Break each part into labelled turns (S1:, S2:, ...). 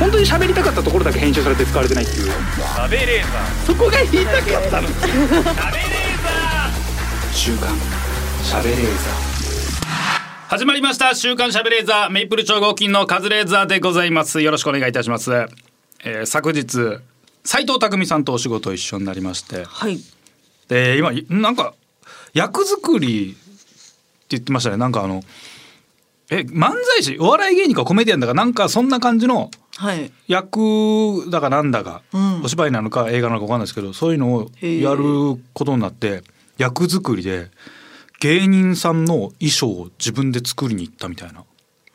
S1: 本当に喋りたかったところだけ編集されて使われてないっていう
S2: 食べレーザ
S1: そこが言いたかったの
S2: ー食べレーザ
S1: 週刊喋れー
S2: ー始まりました週刊しゃべレーザーメイプル超合金のカズレーザーでございますよろしくお願いいたします、えー、昨日斉藤匠さんとお仕事一緒になりまして
S3: はい。
S2: で今なんか役作りって言ってましたねなんかあのえ漫才師お笑い芸人かコメディアンだかなんかそんな感じの
S3: はい。
S2: 役だかなんだか、
S3: うん
S2: お芝居なのか映画なのか分かんないですけどそういうのをやることになって役作りで芸人さんの衣装を自分で作りに行ったみたいな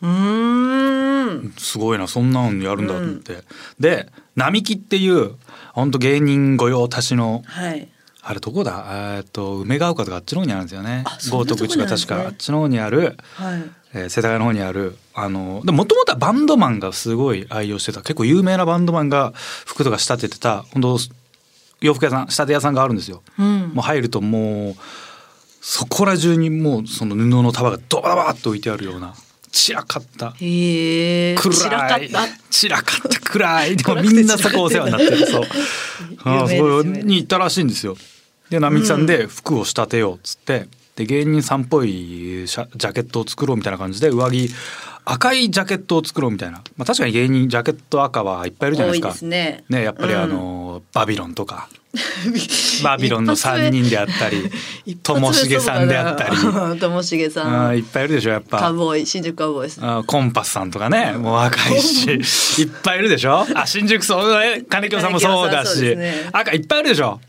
S3: うーん。
S2: すごいなそんなのやるんだと思って、で並木っていう本当芸人御用達の
S3: はい。
S2: あれどこだえーっと梅ヶ丘とかあっちの方にあるんですよね
S3: あそん
S2: 豪
S3: なと
S2: 徳
S3: こに
S2: 地が
S3: あるんで
S2: 確
S3: すね
S2: かあっちの方にある、
S3: はい。
S2: えー世田谷の方にあるあのでもともとはバンドマンがすごい愛用してた結構有名なバンドマンが服とか仕立ててた本当洋服屋さん仕立て屋さんがあるんですよ。
S3: うん
S2: もう。入るともうそこら中にもうその布の束がドババッと置いてあるような散らかった
S3: へえ。
S2: 暗い
S3: 散らかった。
S2: 散らかった暗 いでも
S3: 暗く
S2: み
S3: て
S2: んなそこお世話になってる そうああそこ
S3: 有名です
S2: に行ったらしいんですよで並木さんで服を仕立てようっつって、で芸人さんっぽいシャジャケットを作ろうみたいな感じで上着赤いジャケットを作ろうみたいな、まあ、確かに芸人ジャケット赤はいっぱいいるじゃないで
S3: 多い
S2: すか
S3: ですね。
S2: ねやっぱりあの、バビロンとか バビロンの3人 であったりともしげさんであったり
S3: り。 ともしげ
S2: あ
S3: さ
S2: あい
S3: ん。
S2: っぱいいるでしょやっぱ
S3: カウボーイ、新宿カウボーイです。
S2: あコンパスさんとかねもう若いし いっぱいいるでしょあ新宿そうね金京さんもそうだ
S3: 金
S2: し、
S3: 京さんそうですね
S2: 赤いっぱいいるでしょ、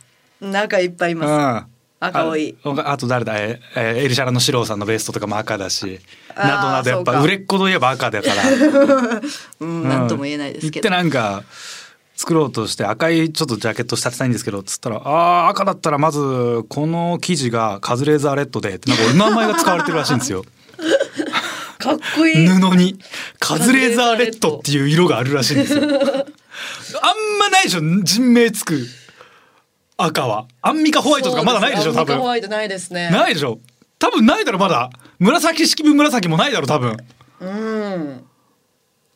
S3: 中いっぱいい
S2: うん、
S3: ます。
S2: あ
S3: 赤多い
S2: ああと誰だええエルシャラの四郎さんのベストとかも赤だし
S3: あー
S2: などなどやっ
S3: そう
S2: ぱ
S3: か
S2: 売れっ子といえば赤だ から
S3: うん、なんとも言えないですけ
S2: 行
S3: ど。
S2: ってなんか作ろうとして赤いちょっとジャケット仕立てたいんですけどつったら「あー赤だったらまずこの生地がカズレーザーレッドで」ってなんか俺の名前が使われてるらしいんですよ。
S3: かっこいい。
S2: 布にカズレーザーレッドっていう色があるらしいん ですよ。あんまないでしょ人名つく赤はアンミカホワイトとかまだないでしょ多
S3: ホ
S2: 分
S3: ワイトないですね。
S2: ないでしょ多分ないだろまだ紫式部紫もないだろ多分
S3: うん。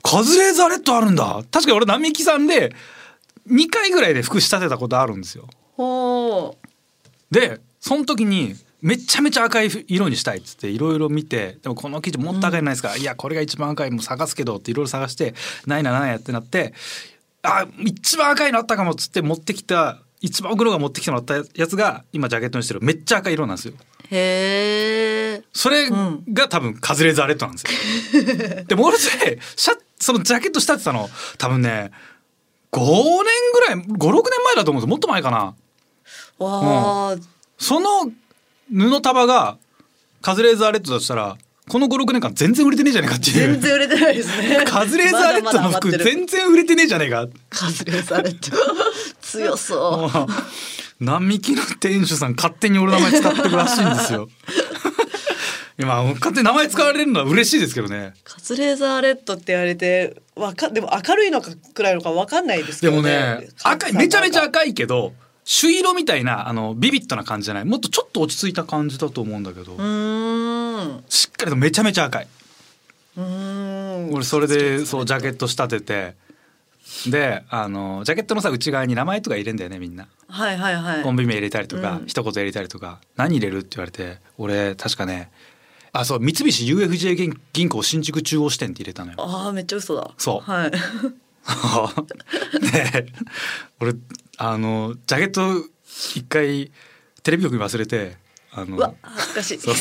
S2: カズレーザーレッドあるんだ確かに俺並木さんで2回ぐらいで服仕立てたことあるんですよ
S3: ほう。
S2: でその時にめちゃめちゃ赤い色にしたいっつっていろいろ見てでもこの生地もっと赤いのないですか、いやこれが一番赤いもう探すけどっていろいろ探してないなないやってなってあ一番赤いのあったかもっつって持ってきた一番奥のが持ってきてもらったやつが今ジャケットにしてるめっちゃ赤い色なんですよ
S3: へえ。
S2: それ
S3: うん
S2: が多分カズレーザーレッドなんですよでも俺それシャツそのジャケット仕立てたの多分ね5年ぐらい56年前だと思うんですよもっと前かな
S3: わあ。
S2: その布束がカズレーザーレッドだとしたらこの56年間全然売れてねえじゃねえかっていう
S3: 全然売れてないですね。
S2: カズレーザーレッドの服
S3: まだまだ余ってる
S2: 全然売れてねえじゃねえか
S3: カズレーザーレッド 強そう
S2: もう並木の店主さん勝手に俺の名前使ってるらしいんですよ今勝手に名前使われるのは嬉しいですけどね
S3: カズレーザーレッドって言われてわかでも明るいのか暗いのかわかんないですけ
S2: で
S3: どね
S2: もね赤いめちゃめちゃ赤いけど朱色みたいなあのビビッドな感じじゃないもっとちょっと落ち着いた感じだと思うんだけど、
S3: うーんう
S2: しっかりとめちゃめちゃ赤い
S3: ーん
S2: 俺それでそうジャケット仕立ててであのジャケットのさ内側に名前とか入れんだよねみんな
S3: はいはいはい
S2: コンビ名入れたりとか、
S3: うん
S2: 一言入れたりとか何入れるって言われて俺確かねあそう三菱 UFJ 銀銀行新宿中央支店って入れたのよ。
S3: ああめっちゃ嘘だ
S2: そう
S3: はい
S2: で俺あのジャケット一回テレビ局に忘れてあ
S3: うわ
S2: の
S3: 恥ずかしい
S2: そう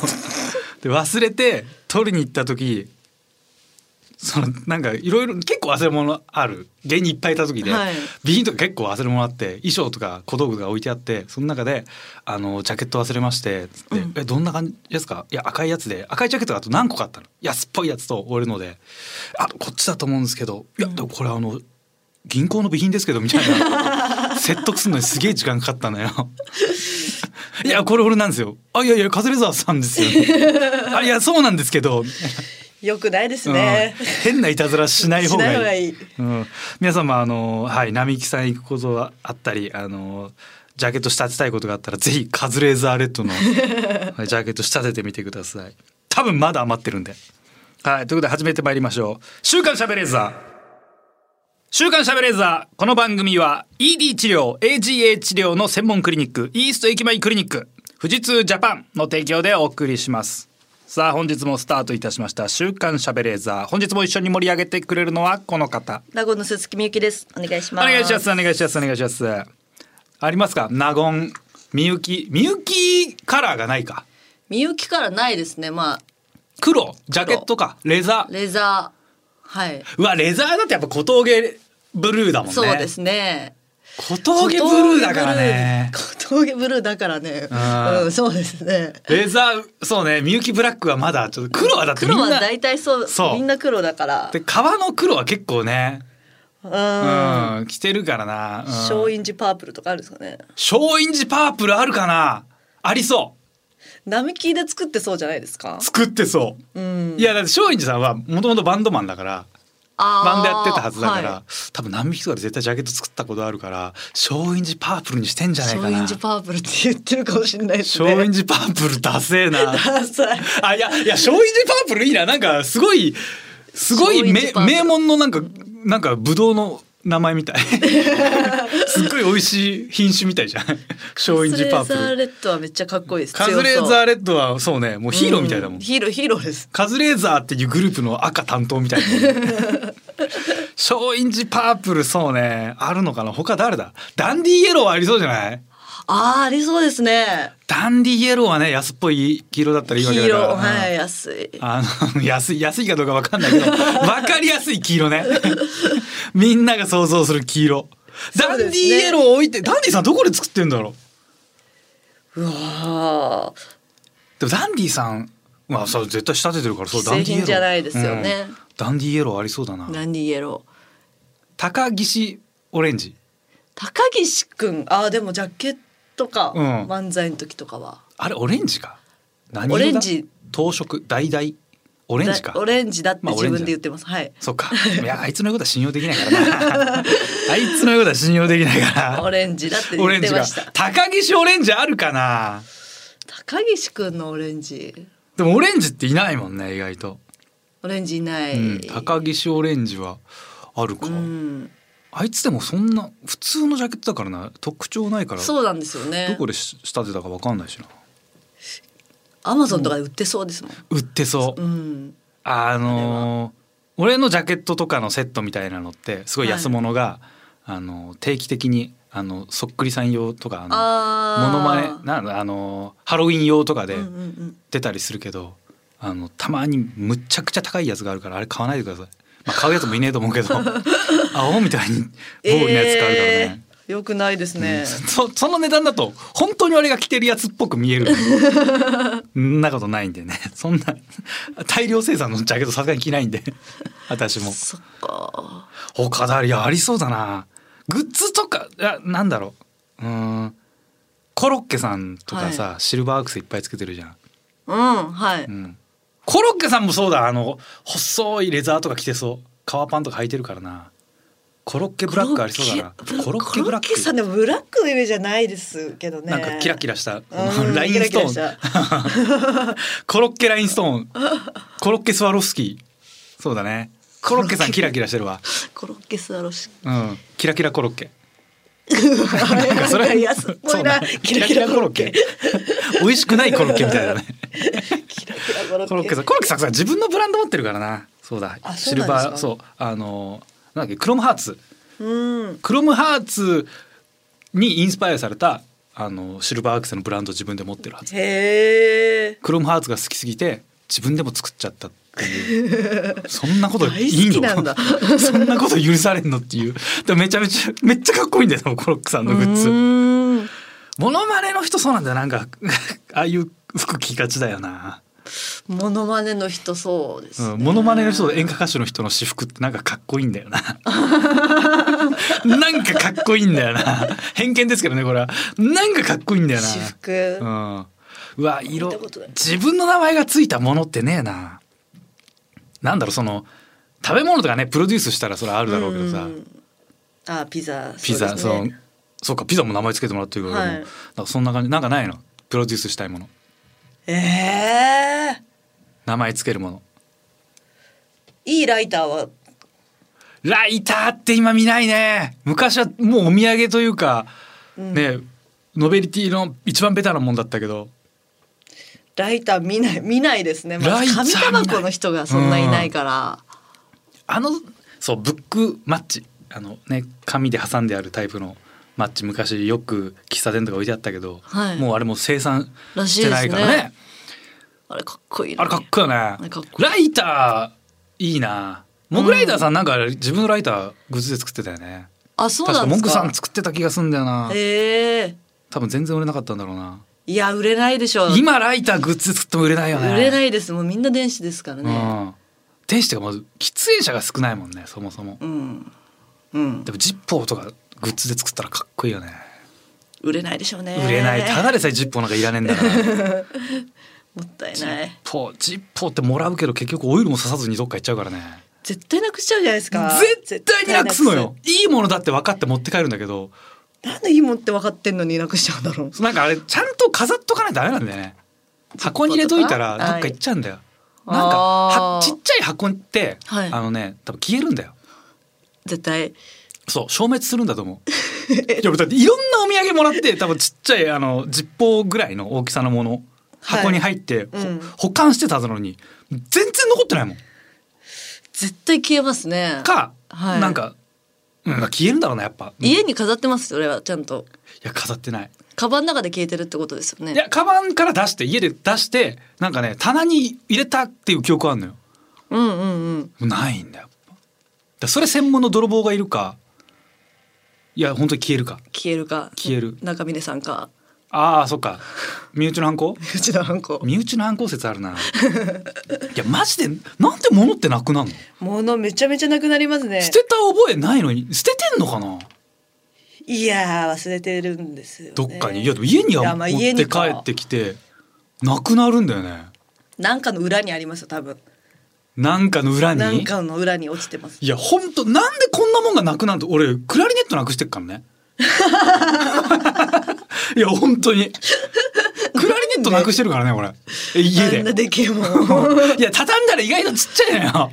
S2: で忘れて取りに行った時そのなんかいろいろ結構忘れ物ある芸人いっぱいいた時で、
S3: はい
S2: 備品とか結構忘れ物あって衣装とか小道具が置いてあってその中であの「ジャケット忘れまして」つって、
S3: うん
S2: えどんな感じですか?」いや赤いやつで赤いジャケットがあと何個かあったの安っぽいやつと俺ので「あこっちだと思うんですけどいやでもこれあの銀行の備品ですけど」みたいな 説得するのにすげえ時間かかったのよ。いやこれ俺なんですよ。あいやいやカズレーザーさんですよ。あいやそうなんですけど。
S3: よくないですね
S2: うん、変ないたずらしない方がいい。
S3: しない方がいい
S2: うん、皆様あのはい並木さん行くことがあったりあのジャケット仕立てたいことがあったらぜひカズレーザーレッド のはいジャケット仕立ててみてください。多分まだ余ってるんで。はいということで始めてまいりましょう。週刊しゃべレーザー。週刊しゃべレーザーこの番組は ED 治療 AGA 治療の専門クリニックイースト駅前クリニック富士通ジャパンの提供でお送りしますさあ本日もスタートいたしました週刊しゃべレーザー本日も一緒に盛り上げてくれるのはこの方
S4: 名護の鈴木みゆきです。お願いし
S2: お
S4: ます。
S2: 願いしますお願いしますお願いしますありますか納言みゆきみゆきカラーがないか
S4: みゆきからないですね。ま
S2: 黒ジャケットかレザ
S4: あ、
S2: ー
S4: レザー。はい。
S2: うわレザーだってやっぱ小峠ブルーだもんね
S4: そうですね。
S2: 小峠ブルーだからね
S4: 小峠 ブルー。小峠ブルーだからね
S2: あー。
S4: うん、そうですね。
S2: レザーそうねみゆきブラックはまだちょっと黒はだってみ
S4: 黒は
S2: んな
S4: 大体そう、
S2: そう
S4: みんな黒だから。
S2: で革の黒は結構ね
S4: う。
S2: うんん着てるからなうん
S3: 松陰寺パープルとかあるんですかね。
S2: 松陰寺パープルあるかなありそ
S3: 並木で作ってそうじゃないですか。
S2: う。作ってそううんいやだって松陰寺さんはもともとバンドマンだから
S4: あー
S2: バンドやってたはずだから、
S4: は
S2: 多分何匹とかで絶対ジャケット作ったことあるから松陰寺パープルにしてんじ
S4: い
S2: ゃない
S4: 松
S2: かな
S4: 陰寺パープルって言ってるかもしれないです
S2: 松
S4: ね。
S2: 陰寺パープルダセえな
S4: ダサい
S2: あいやいや松陰寺パープルいいななんかすごいすごい
S4: 松陰
S2: 名
S4: 寺パープル
S2: 名門のなんかなんかブドウの名前み たいすっごい美味しい品種みたいじゃん松陰寺パ
S4: カ
S2: ー
S4: ズレーザー
S2: プル
S4: レッドはめっちゃかっこいいです。
S2: カズレーザ
S4: 強
S2: ーレッドはそうねもう
S4: そう
S2: ヒーローみたいだもん、
S4: うヒーロー、ヒーローです。
S2: カズレーザーっていうグループの赤担当みたいなも ん松陰寺パープルそうねあるのかな他誰だダンディイエローはありそうじゃない
S4: ああ、ありそうですね。
S2: ダンディイエローはね安っぽい黄色だったらいいわ
S4: 黄
S2: けだか
S4: 色、
S2: ら
S4: はい、
S2: うん
S4: 安い。
S2: あの安い安いかどうかわかんな いけどわかりやすい黄色ねみんなが想像する黄色ダ
S4: そう
S2: ンデ
S4: で
S2: ィ
S4: すね
S2: イエロー置いてダンディさんどこで作ってんだろう
S4: うわー
S2: でもダンディさんまあそう絶対仕立ててるからそうダンデ
S4: 既製
S2: ィイエ
S4: 品
S2: ロー
S4: じゃないですよね
S2: うんダンディイエローありそうだな
S4: 何イエロー。
S2: 高岸オレンジ
S4: 高岸くんあーでもジャケットか、
S2: うん
S4: 漫才の時とかは
S2: あれオレンジか何色だ
S4: オレンジ
S2: 当色大々オ
S4: オ
S2: レンジか
S4: オレンジだって
S2: まあオ
S4: 自
S2: レンジだ
S4: 分で言ってます、はい
S2: そっかいやあいつの言うことは信用できないから なあいつの言うことは信用できないから
S4: オレンジだって言
S2: オレ
S4: っ
S2: ンジ
S4: てま
S2: が
S4: した
S2: 高岸オレンジあるかな
S4: 高岸くんのオレンジ
S2: でもオレンジっていないもんね意外と、
S4: オレンジいない、
S2: うん、高岸オレンジはあるか、
S4: うん
S2: あいつでもそんな普通のジャケットだからな特徴ないから
S4: そうなんですよ
S2: ど
S4: ね
S2: こで仕立てたかわかんないしな
S4: アマゾンとかで売ってそうですもん
S2: 売ってそう、
S4: うん
S2: あのー俺のジャケットとかのセットみたいなのってすごい安物が、あのー定期的にあのそっくりさん用とかあの
S4: あー
S2: モノマネなんだあのーハロウィン用とかで、
S4: うんうんうん
S2: 出たりするけどあのたまにむっちゃくちゃ高いやつがあるからあれ買わないでください、まあ、買うやつもいねえと思うけど青みたいにボールのやつ買うからね、
S3: えーよくないですね、
S2: そその値段だと本当に俺が着てるやつっぽく見えるそんなことないんでねそんな大量生産のジャケットさすがに着ないんで私も
S4: そっか
S2: 他だいやありそうだなグッズとかいやなんだろううーんコロッケさんとかさ、シルバーアクセいっぱいつけてるじゃん
S4: うんはい、
S2: うんコロッケさんもそうだあの細いレザーとか着てそう革パンとか履いてるからなコロッケブラックありそうだなコロッケブラック
S3: コさんでもブラックのイメージじゃないですけどね
S2: なんかキラキラしたこ
S3: う
S2: の
S3: ん
S2: ラインストーン
S3: キラキラし
S2: コロッケラインストーンコロッケスワロフスキーそうだねコロッケさんキラキラしてるわ
S4: コロッケスワロシ
S2: うんキラキラコロッケなんかそれ
S4: いやすごいな
S2: そうね
S4: キ
S2: キラ
S4: ラ
S2: キ
S4: キ
S2: ラ
S4: ラ
S2: コ
S4: コ
S2: ロ
S4: ロ
S2: ッ
S4: ッ
S2: ケ
S4: ケ
S2: 美味しくないコロッケみたいだね
S3: キラキラコロッケ
S2: コロッケさんコロッケさんさ自分のブランド持ってるからなそうだ
S3: あそ
S2: シ
S3: うな
S2: ル
S3: んですか
S2: バーそうあのなんだっけクロムハーツ
S3: うん
S2: クロムハーツにインスパイアされたあのシルバーアクセのブランドを自分で持ってるはず
S3: へえ
S2: クロムハーツが好きすぎて自分でも作っちゃったっていうそんなことい
S4: 大
S2: い
S4: 好き
S2: の
S4: なんだ
S2: そんなこと許されんのっていうでもめちゃめちゃめっちゃかっこいいんだよでもコロックさんのグッズ
S4: うん
S2: モノマネの人そうなんだよなんかああいう服着がちだよな、
S4: モノマネの人そうです、ね
S2: うん、モノマネの人と演歌歌手の人の私服ってなんかかっこいいんだ よななんかかっこいいんだよな偏見ですけどねこれはなんかかっこいいんだよな
S3: 私服、
S2: うん、うわ色
S3: 見たことない
S2: 自分の名前がついたものってねえななんだろうその食べ物とかねプロデュースしたらそれあるだろうけどさ、
S3: んあピザ
S2: ピザ
S3: そう
S2: そ
S3: で
S2: う,、
S3: すね
S2: そうかピザも名前つけてもらってるから、
S3: はい
S2: 俺もなんかそんな感じなんかないのプロデュースしたいもの
S3: ええ
S2: 名前つけるもの
S3: いいライターは
S2: ライターって今見ないね昔はもうお土産というか、
S3: うん
S2: ねノベリティの一番ベタなもんだったけど
S3: ライター見ない見ないですね。ま
S2: ライ
S3: ず
S2: ター見
S3: 紙
S2: ない
S3: タバコの人がそんないないから。
S2: あのそうブックマッチあのね紙で挟んであるタイプのマッチ昔よく喫茶店とか置いてあったけど、
S3: はい
S2: もうあれもう生産
S3: らし
S2: し
S3: い
S2: て
S3: で
S2: な
S3: す
S2: いからね
S3: ね。あれかっこいいな。
S2: あれかっこいいよね
S3: あれかっこいい
S2: ライターいいなモグライダーさんなんかあれ自分のライターグッズで作ってたよね、
S3: あそう
S2: 確
S3: な
S2: か
S3: んで
S2: モ
S3: す
S2: グ
S3: か。
S2: さん作ってた気がすんだよな
S3: ええ
S2: 多分全然売れなかったんだろうない
S3: や売れないでしょう。
S2: 今ライターグッズ作っても売れないよね
S3: 売れないいです。もうみんな電子ですからね。
S2: うん天使とかまず喫煙者が少ないもんねそもそも
S3: うん。うん。
S2: でもジッポーとかグッズで作ったらかっこいいよね
S3: 売れないでしょうね。
S2: 売れないただでさえジッポーなんかいらねえんだ からジッ
S3: もったいない。
S2: ポージッポーってもらうけど結局オイルも刺さずにどっか行っちゃうからね
S3: 絶対なくしちゃうじゃないですか。
S2: 絶対になくすのよいいものだって分かって持って帰るんだけど
S3: 絶対なくす。なんでいいもんって分かってんのになくしちゃうんだろう。
S2: なんかあれちゃんと飾っとかないとダメなんだよね箱に入れといたらどっか行っちゃうんだよ、
S3: はい
S2: なんか
S3: あ
S2: は
S3: ー
S2: ちっちゃい箱って、
S3: はい
S2: あのね多分消えるんだよ
S3: 絶対。
S2: そう消滅するんだと思 ういやだっていろんなお土産もらって多分ちっちゃいあのジッポーぐらいの大きさのもの
S3: はい
S2: 箱に入って、ほ
S3: うん
S2: 保管してたはずなのに全然残ってないもん
S3: 絶対消えますね。
S2: か、
S3: はい
S2: なんか、うん、消えるんだろうなやっぱ
S3: 家
S2: い
S3: に飾ってますよ。俺はちゃんと。
S2: や飾ってない
S3: カバンの中で消えてるってことですよね。
S2: いやカバンから出して家で出してなんかね棚に入れたっていう記憶あんのよ
S3: うんうんうん。
S2: ないんだよやっぱだからそれ専門の泥棒がいるかいや本当に消えるか
S3: 消えるか。
S2: 消える
S3: 中峰さん か。
S2: ああそっか身内の犯行
S3: うちのハンコ。
S2: 身内の犯行説あるないやマジでなんで物ってなくなるの
S3: 物めちゃめちゃなくなりますね。
S2: 捨てた覚えないのに捨ててんのかない
S3: やー忘れてるんですよ、ね。
S2: どっかにいやでも家に
S3: い
S2: は
S3: やま
S2: 持
S3: あ
S2: っ
S3: 家
S2: て帰
S3: にか
S2: ってきてなくなるんだよね
S3: なんかの裏にありますよ多分。
S2: なんかの裏に
S3: なんかの裏に落ちてます。
S2: いや本当なんでこんなもんがなくなると俺クラリネットなくしてっから ねいや本当にクラリネットなくしてるからね俺え家
S3: あんな
S2: で
S3: でけえもん。
S2: いや畳んだら意外とちっちゃいのよ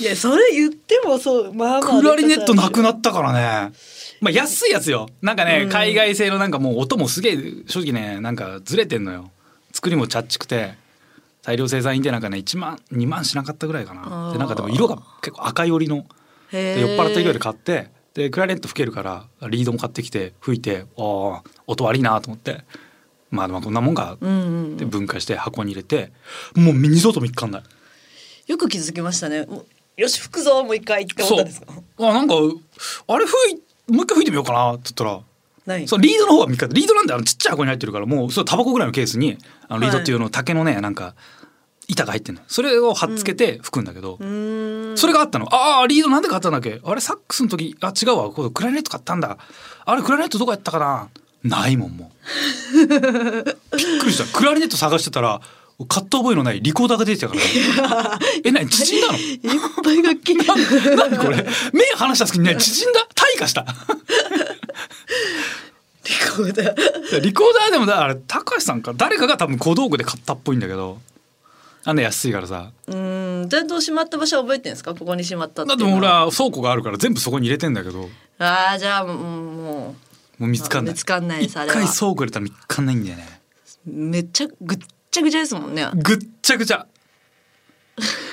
S3: いやそれ言ってもそうまあまあ。
S2: クラリネットなくな
S3: な。
S2: ったからねまあ安いやつよなんかね、
S3: うん
S2: 海外製のなんかもう音もすげえ正直ねなんかずれてんのよ作りもちゃっちくて大量生産員でなんかね1万2万しなかったぐらいか
S3: あ
S2: な
S3: ー
S2: でなんかでも色が結構赤い寄りの
S3: へ
S2: で
S3: ー
S2: 酔っ払った勢いで買ってでクラリネット吹けるからリードも買ってきて吹いてああ音悪いなと思ってまあまあこんなもんか
S3: うんうん
S2: で分解して箱に入れてもう二度と見っかんない
S3: よく気づきましたね。もうよし吹くぞもう一回って思
S2: そう
S3: った
S2: ん
S3: ですか。
S2: あなんかあれ吹いもう一回吹いてみようかなって言ったら
S3: ない。
S2: そうリードの方は見方リードなんであのちっちゃい箱に入ってるからもうそうタバコぐらいのケースにあのリードっていうの竹のねなんか板が入ってんのそれを貼っつけて吹くんだけど、
S3: うーん。
S2: それがあったのああリードなんで買ったんだっけあれサックスの時あ違うわ今度クラリネット買ったんだあれクラリネットどこやったかなないもんも うびっくりしたクラリネット探してたら買った覚えのないリコーダーが出てきたからえ何縮んだの
S3: いっぱい楽器。
S2: 何こ れ目離した隙にね縮んだ退化した
S3: リコーダー。
S2: リコーダーでもだあれ高橋さんか誰かが多分小道具で買ったっぽいんだけどあんな安いからさ
S3: うーん。伝統しまった場所は覚えてるんですか。ここにしまったって
S2: だ
S3: い
S2: っ
S3: う
S2: て
S3: のは
S2: もう俺。は倉庫があるから全部そこに入れてんだけども
S3: ああじゃあもうもう。
S2: う見つかんない
S3: 見つかんないですあ
S2: 一
S3: れは
S2: 回倉庫入れたら見つかんないんだよね
S3: めっちゃぐっちゃぐちゃですもんね。
S2: ぐっちゃぐちゃ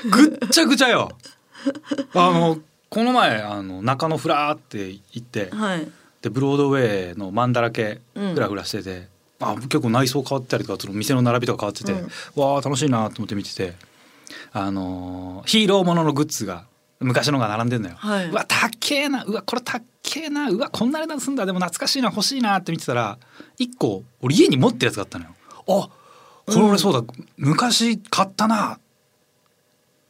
S2: ぐっちゃぐちゃよあのこの前あの中野フラーって行って
S3: はい。
S2: でブロードウェイのマンだらけフラフラしてて、あ結構内装変わったりとかその店の並びとか変わってて、わあ楽しいなと思って見ててあのーヒーローもののグッズが昔のが並んでんのよ、
S3: はいう
S2: わたっけえなうわこれたっけえなうわこんな値段すんだでも懐かしいな欲しいなって見てたら一個俺家に持ってるやつがあったのよあこれ俺そうだ、昔買ったな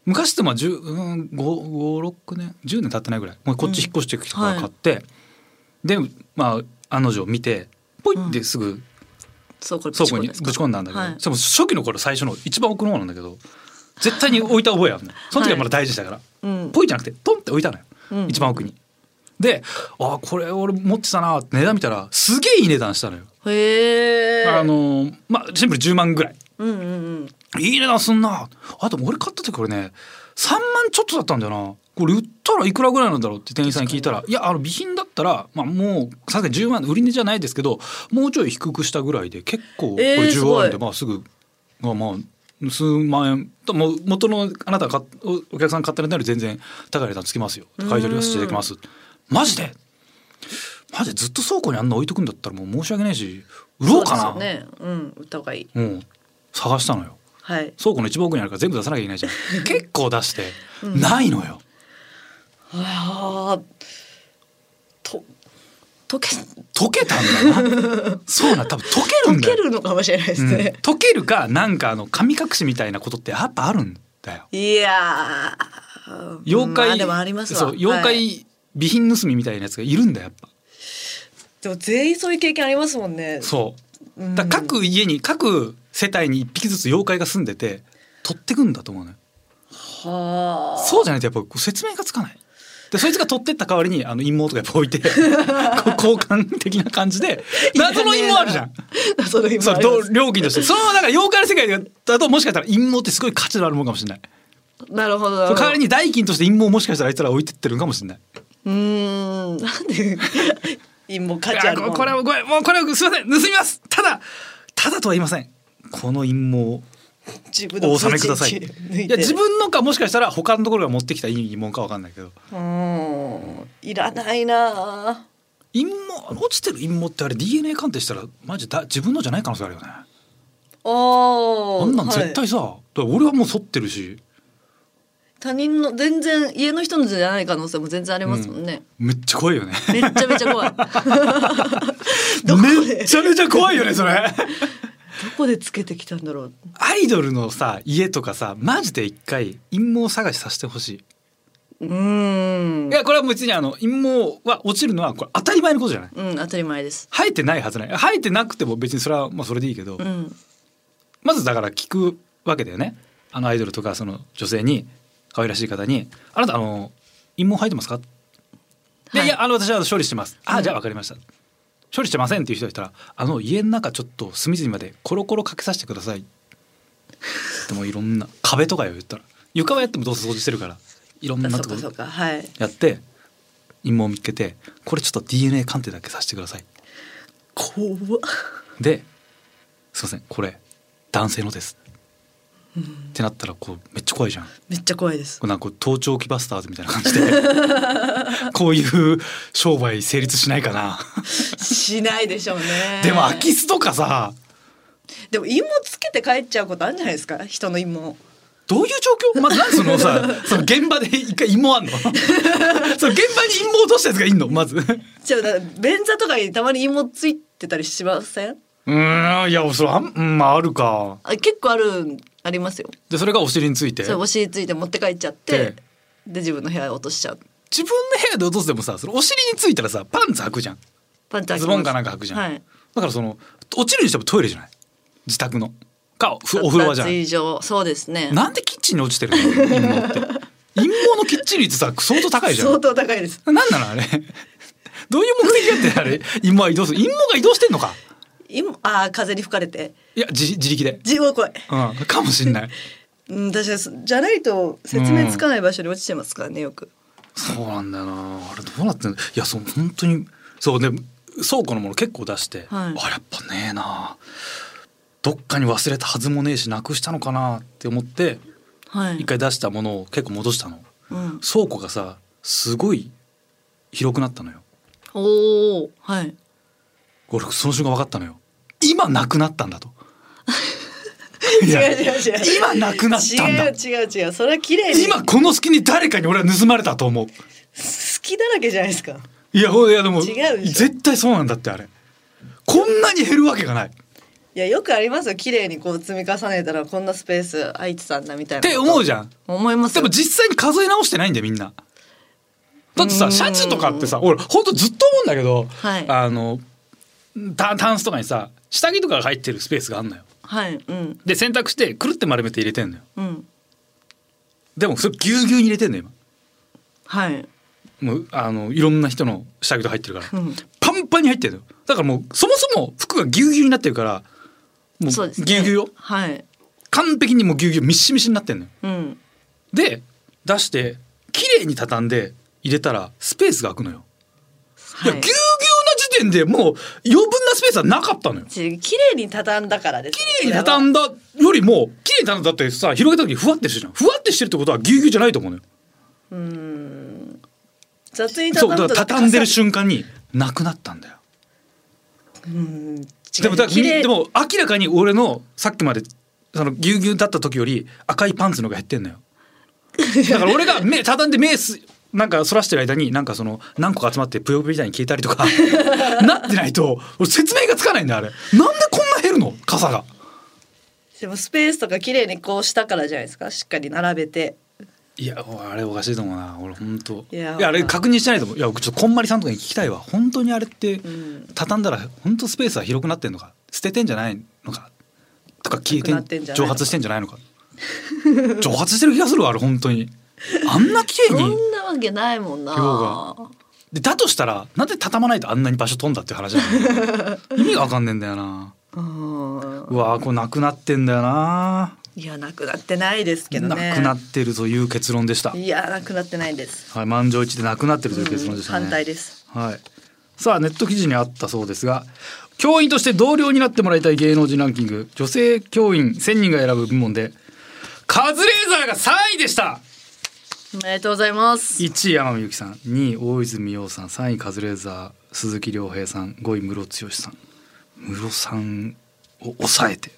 S2: 昔ってまあ10うん556年10年経ってないぐらいもうこっち引っ越してきたから買って、でまあ案の定見てポイってすぐ
S3: そうこれ
S2: 倉庫にぶち込んだんだけど、
S3: はい
S2: でも初期の頃最初の一番奥の方なんだけど絶対に置いた覚えあるのその時はまだ大事だから、
S3: うん。
S2: ポイじゃなくてトンって置いたのよ、
S3: うん
S2: 一番奥に。であこれ俺持ってたなって値段見たらすげえいい値段したのよ。
S3: へえ。
S2: あのまあシンプル10万ぐらい
S3: うんうんうん。
S2: いい値段すんなあと俺買った時これね3万ちょっとだったんだよなこれ売ったらいくらぐらいなんだろうって店員さんに聞いたら「いやあの備品だったら、まあ、もうさすがに10万売り値じゃないですけどもうちょい低くしたぐらいで結構こ
S4: え
S2: れ
S4: ーす
S2: 10
S4: ごい
S2: 万円で、まあすぐまあまあ数万円ともう元のあなたが買っおお客さんが買った値段より全然高い値段つきますよ買い取りはしていただきます」マジでマジでずっと倉庫にあんな置いとくんだったらもう申し訳ないし売ろうかな
S4: そうですよね。うん、売った方がいい。
S2: うん、探したのよ。
S4: はい。
S2: 倉庫の一番奥にあるから全部出さなきゃいけないじゃ ん結構出して、ないのよ
S4: ああ。と。溶け。
S2: 溶けたんだ なそうな多分溶け
S4: 溶
S2: るんだ
S4: け
S2: よ
S4: るのかもしれないですね。
S2: うん溶けるかなんかあの神隠しみたいなことってやっぱあるんだよ
S4: いやー。
S2: 妖怪、
S4: まあでもありますわ。
S2: そう妖怪、
S4: はい
S2: 備品盗みみたいなやつがいるんだよやっぱ
S3: でも全員そういう経験ありますもんね。
S2: そう
S3: うん
S2: だから各家に各世帯に一匹ずつ妖怪が住んでて取ってくんだと思うのよ
S4: はあ。
S2: そうじゃないとやっぱこう説明がつかない。でそいつが取ってった代わりにあの陰謀とかやっぱ置いて こう交換的な感じ で謎の陰謀あるじゃ ん。
S4: それ
S2: そ
S4: 今あ
S2: う
S4: りま
S2: ど
S4: す
S2: う料金としてそのだから妖怪の世界だともしかしたら陰謀ってすごい価値のあるものかもしれない。
S4: なるほどなるほど。
S2: そう代わりに代金として陰謀をもしかしたらあいつら置いてってるんかもしれない。
S4: うーん。なんで。
S3: 陰謀価
S2: い
S3: 値あ
S2: や
S3: る
S2: こ
S3: もん
S2: これはこれもうこれはすいません盗みます。ただただとは言いません。この陰謀を
S3: 自分
S2: お納めください。
S3: 通知抜て
S2: いや自分のかもしかしたら他のところが持ってきた陰謀かわかんないけど。
S3: うーんいらないな
S2: 陰謀落ちてる陰謀ってあれ DNA 鑑定したらマジだ自分のじゃない可能性あるよね
S4: お
S2: あ
S4: お。
S2: んなん
S4: はい
S2: 絶対さ、だから俺はもう剃ってるし
S4: 他人の全然家の人のじゃない可能性も全然ありますもんね。
S2: めっちゃ怖い よね
S4: めっちゃめちゃ 怖い。どこ
S2: めっ
S4: で
S2: ちゃめちゃ怖いよねそれ
S4: こでつけてきたんだろう。
S2: アイドルのさ家とかさマジで一回陰謀探しさせてほし
S4: う
S2: い
S4: ーん
S2: い。やこれは別にあの陰謀は落ちるのはこれ当たり前のことじゃない
S4: うん、当たり前です。
S2: 生えてないはずない生えてなくても別にそれはまあそれでいいけど、
S4: うん。
S2: まずだから聞くわけだよねあのアイドルとかその女性に可愛らしい方に「あなたあの陰謀入ってますか?」で
S4: はい
S2: いやあの私は処理してます」あ
S4: うん
S2: じゃあ分かりました」処理してません」っていう人がいたら「あの家の中ちょっと隅々までコロコロかけさせてください」でもいろんな壁とかよ言ったら床はやってもどうせ掃除してるからいろんな
S4: あそ
S2: と
S4: うか
S2: こ
S4: そうか。はい。
S2: やって陰謀見つけて「これちょっと DNA 鑑定だけさせてください
S4: 怖っ。」
S2: で「すいませんこれ男性のです」ってなったらこうめっちゃ怖いじゃん。
S4: めっちゃ怖いです
S2: こ。うなんかこう盗聴器バスターズみたいな感じで こういう商売成立しないかな。
S4: しない でしょうね。
S2: でも空き巣とかさ
S3: でも陰謀つけて帰っちゃうことあるんじゃないですか人の陰謀
S2: どういう状況まず何そのさその現場で一回陰謀あんのその現場に陰謀落としたやつがいんのまず。う
S4: じゃあだから便座とかにたまに芋ついてたりしません？
S2: ーんいやそれあん、うん、まああるか。
S4: あ結構あるありますよ。
S2: でそれがお尻について
S4: それお尻ついて持って帰っちゃって
S2: で、
S4: で自分の部屋へ落としちゃう。
S2: 自分の部屋で落とすでもさそのお尻についたらさパンツ履くじゃん。
S4: パンツ開け
S2: ズ
S4: ます
S2: ボンかなんか履くじゃん、
S4: はい。
S2: だからその落ちるにしてもトイレじゃない自宅のかふお風呂場じ
S4: 脱
S2: ゃな
S4: 衣
S2: い
S4: 所そうですね。
S2: なんでキッチンに落ちてるの陰謀って陰謀のキッチン率さ相当高いじゃん
S3: 相当高いです
S2: なんなのあれどういう目的だってあれ陰謀は移動する陰謀が移動してんのか
S3: 陰あー風に吹かれて
S2: いや自自力で
S3: 自分は怖い
S2: うんかもしんない
S4: うん、確かにそじゃないと説明つかない場所に落ちてますからねよく。
S2: そうなんだよなあれどうなってんのいやそう本当にそうね倉庫のもの結構出し
S4: は
S2: て、
S4: い
S2: あやっぱねえなどっかに忘れたはずもねえしなくしたのかなって思って
S4: はい。
S2: 一回出したものを結構戻したの
S4: うん、
S2: 倉庫がさすごい広くなったのよ
S4: おおはい。
S2: 俺その瞬間分かったのよ今なくなったんだとい
S3: 違う
S2: や
S3: 違う違う
S2: 今なくなったん
S3: 違
S2: だ
S3: う違う違うそれは綺麗に
S2: 今この隙に誰かに俺は盗まれたと思う
S3: 好きだらけじゃないですか
S2: いやほいやでも
S3: 違うでしょ
S2: 絶対そうなんだってあれこんなに減るわけがないっ
S3: いやよくありますよ綺麗にこう積み重ねたらこんなスペース空いてたんだみたいな
S2: て思う
S3: じ
S2: じゃん
S4: 思います
S2: で
S4: よ
S2: も実際に数え直してないんだよみんなだって
S4: う
S2: さ
S4: ん
S2: シャツとかってさ俺ほんとずっと思うんだけど、
S4: はい
S2: あのタタンスとかにさ下着とかが入ってるスペースがあんのよ
S4: はいうん
S2: で洗濯してくるって丸めて入れてんのよ
S4: うん
S2: でもそれぎゅうぎゅうに入れてんのよ
S4: はい
S2: 今もうあのいろんな人の下着とか入ってるから、
S4: うん
S2: パンパンに入ってるのよだからもうそもそも服がぎゅうぎゅうになってるからも
S4: そうですね
S2: うぎゅうぎゅうよ
S4: はい
S2: 完璧にもうぎゅうぎゅうみっしみしになってんのよ
S4: うん
S2: で出して綺麗に畳んで入れたらスペースが空くのよ、い、やぎゅうぎゅうな時点でもう余分なスペースはなかったのよ
S3: ち綺麗に畳んだからです
S2: 綺麗に畳んだよりも綺麗に畳んだってさ広げた時にふわってしてるじゃんふわってしてるってことはぎゅうぎゅうじゃないと思うのよ
S3: 雑に
S2: そうだ
S3: 畳む
S2: か
S3: と
S2: ら畳んでる瞬間になくなったんだよ
S3: うん違う
S2: でもだから
S3: 綺麗
S2: でも明らかに俺のさっきまでそのぎゅうぎゅうだった時より赤いパンツの方が減ってんのよだから俺 が目畳んで目すなんか反らしてる間になんかその何個か集まってぷよぷよみたいに消えたりと かなってないと俺説明がつかないんだよあれなんでこんな減るの傘が
S3: でもスペースとか綺麗にこうしたからじゃないですかしっかり並べて
S2: いやおあれおかしいと思うな俺本当
S3: いや
S2: あれ確認してないと思ういやちょっとこんまりさんとかに聞きたいわ本当にあれって、
S3: ん
S2: 畳んだら本当スペースは広くなってんのか捨ててんじゃないのかとか消えて
S3: なくなってん
S2: ん
S3: じゃないのか
S2: 蒸発してんじゃないのか 蒸発してる気がするわあれ本当にあんな綺
S4: そ
S2: 麗に
S4: んなわけないもんな
S2: 量でだとしたらなんで畳まないとあんなに場所飛んだっていう話な の意味がわかんねえんだよな
S4: うん
S2: うわーこれなくなってんだよない
S3: やなくなってないですけど
S2: なく
S3: ね
S2: なってるという結論でした
S3: いやなくなってないです
S2: はい満場一致でなくなってるという結論でしたね、
S3: 反対です
S2: はい。さあネット記事にあったそうですが教員として同僚になってもらいたい芸能人ランキング女性教員1,000人が選ぶ部門でカズレーザーが3位でした
S4: おめでとうございます
S2: 1位山美幸さん2位大泉洋さん3位カズレーザー鈴木亮平さん5位室ロ剛さん室さんを抑えて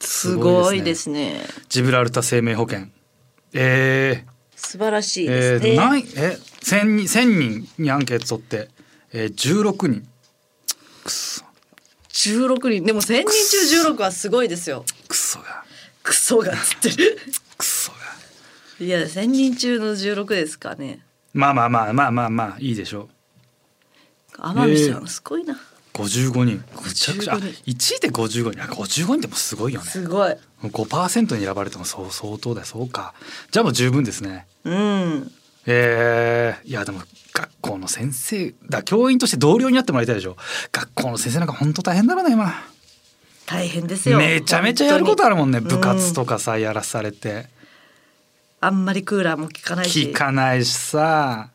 S4: すごいですね
S2: ジブラルタ生命保険えー、
S3: 素晴らしい
S2: え
S3: ですね、
S2: ー、ないえ千人千人にアンケート取って、えー、16人
S3: 16人でも1000人中16はすごいですよ
S2: クソが
S3: クソがつってる
S2: クソが
S3: いや1000人中の16ですかね
S2: まあまあまあまあまあまあいいでしょう。
S4: 天海さ
S2: えー
S4: んすごいな
S2: 五十五人。めちゃくちゃ
S3: 55人
S2: 一位で五十五人。五十五人でもすごいよね。
S3: すごい
S2: 五パーセントに選ばれてもそう相当だよ。そうか。じゃあもう十分ですね。
S4: うん
S2: えー、いやでも学校の先生だ教員として同僚になってもらいたいでしょ。学校の先生なんか本当大変だろうな今。
S4: 大変ですよ
S2: めちゃめちゃやることあるもんね。
S4: 本当
S2: 部
S4: に
S2: 活と
S4: うん
S2: かさやらされて
S4: あんまりクーラーも効かないし
S2: 聞かないしさ。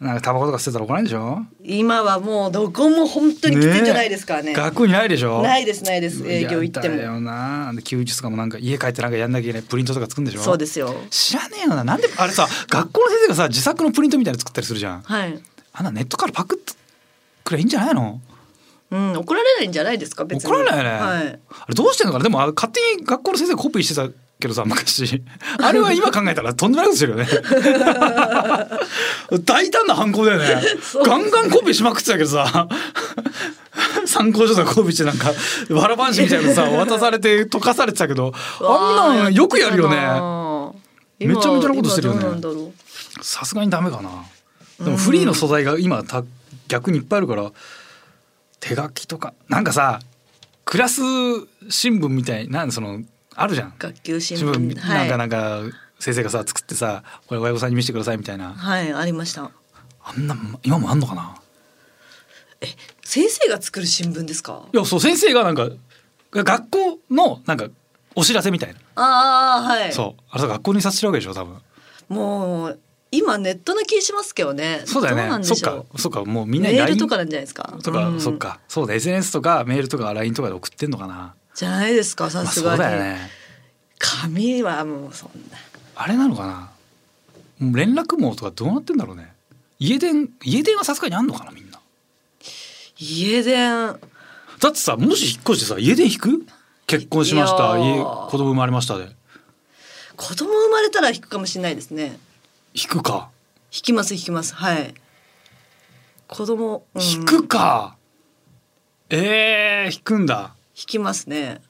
S2: なんかタバコとか捨てたら怒られるでしょ。
S3: 今はもうどこも本当にきついんじゃないですからね
S2: 学校にないでしょ。
S3: ないですないです営業行って
S2: いやだ
S3: も
S2: よなで休日とかもなんか家帰ってなんかやんなきゃいけないプリントとか作るんでしょ
S4: そうですよ
S2: 知らねえよななんであれさ学校の先生がさ自作のプリントみたいなの作ったりするじゃん
S4: はい
S2: あんなネットからパクッくらいいいんじゃないの
S4: うん怒られないんじゃないですか別に
S2: 怒らないよね、
S4: はい
S2: あれどうしてんのかなでもあれ勝手に学校の先生コピーしてたけどさ昔 あれは今考えたらとんでもないことしてるよね 大胆な犯行だよね
S4: そうですね
S2: ガンガンコピーしまくってたけどさ 参考書とかコピーしてなんかわらばんしみたいなのさ渡されて溶かされてたけどあんなんよくやるよね
S4: ね
S2: めちゃめちゃなことしてるよね
S4: 今どうなんだろう
S2: さすがにダメかなでもフリーの素材が今た逆にいっぱいあるから手書きとかなんかさクラス新聞みたいなんそのあるじゃん
S4: 学級新
S2: 新聞
S4: 聞は
S2: なん
S4: い
S2: かなんか先生がさ作ってさこれ親御さんに見せてくださいみたいな
S4: はいありました
S2: あんなん今もあんのかな
S3: 先生が作る新聞ですか
S2: いやそう先生がなんか学校のなんかお知らせみたいな、
S4: ああはい
S2: そうあれさ学校に察してるわけでしょ多分
S4: もう今ネットな気しますけどね
S2: そうだよ
S4: どうなん
S2: ね
S4: で
S2: そっ
S4: しょ
S2: か
S4: う
S2: そっかもうみんなに
S4: メール
S2: LINE
S4: とかなんじゃないですか
S2: とか、
S4: うん
S2: そっかそうだ SNS とかメールとか LINE とかで送ってんのかな
S4: じゃないですか
S2: ま
S4: さ
S2: あ
S4: す
S2: そ
S4: が
S2: う
S4: に、
S2: だよね
S4: 紙はもうそんな
S2: あれなのかなもう連絡網とかどうなってんだろうね家電家電はさすがにあんのかなみんな
S4: 家電
S2: だってさもし引っ越してさ家電引く結婚しました
S4: いやー
S2: 家子供生まれましたで
S4: 子供生まれたら引くかもしれないですね
S2: 引くか
S4: 引きます引きますはい子供、うん
S2: 引くか、えー、引くんだ
S4: 引きますね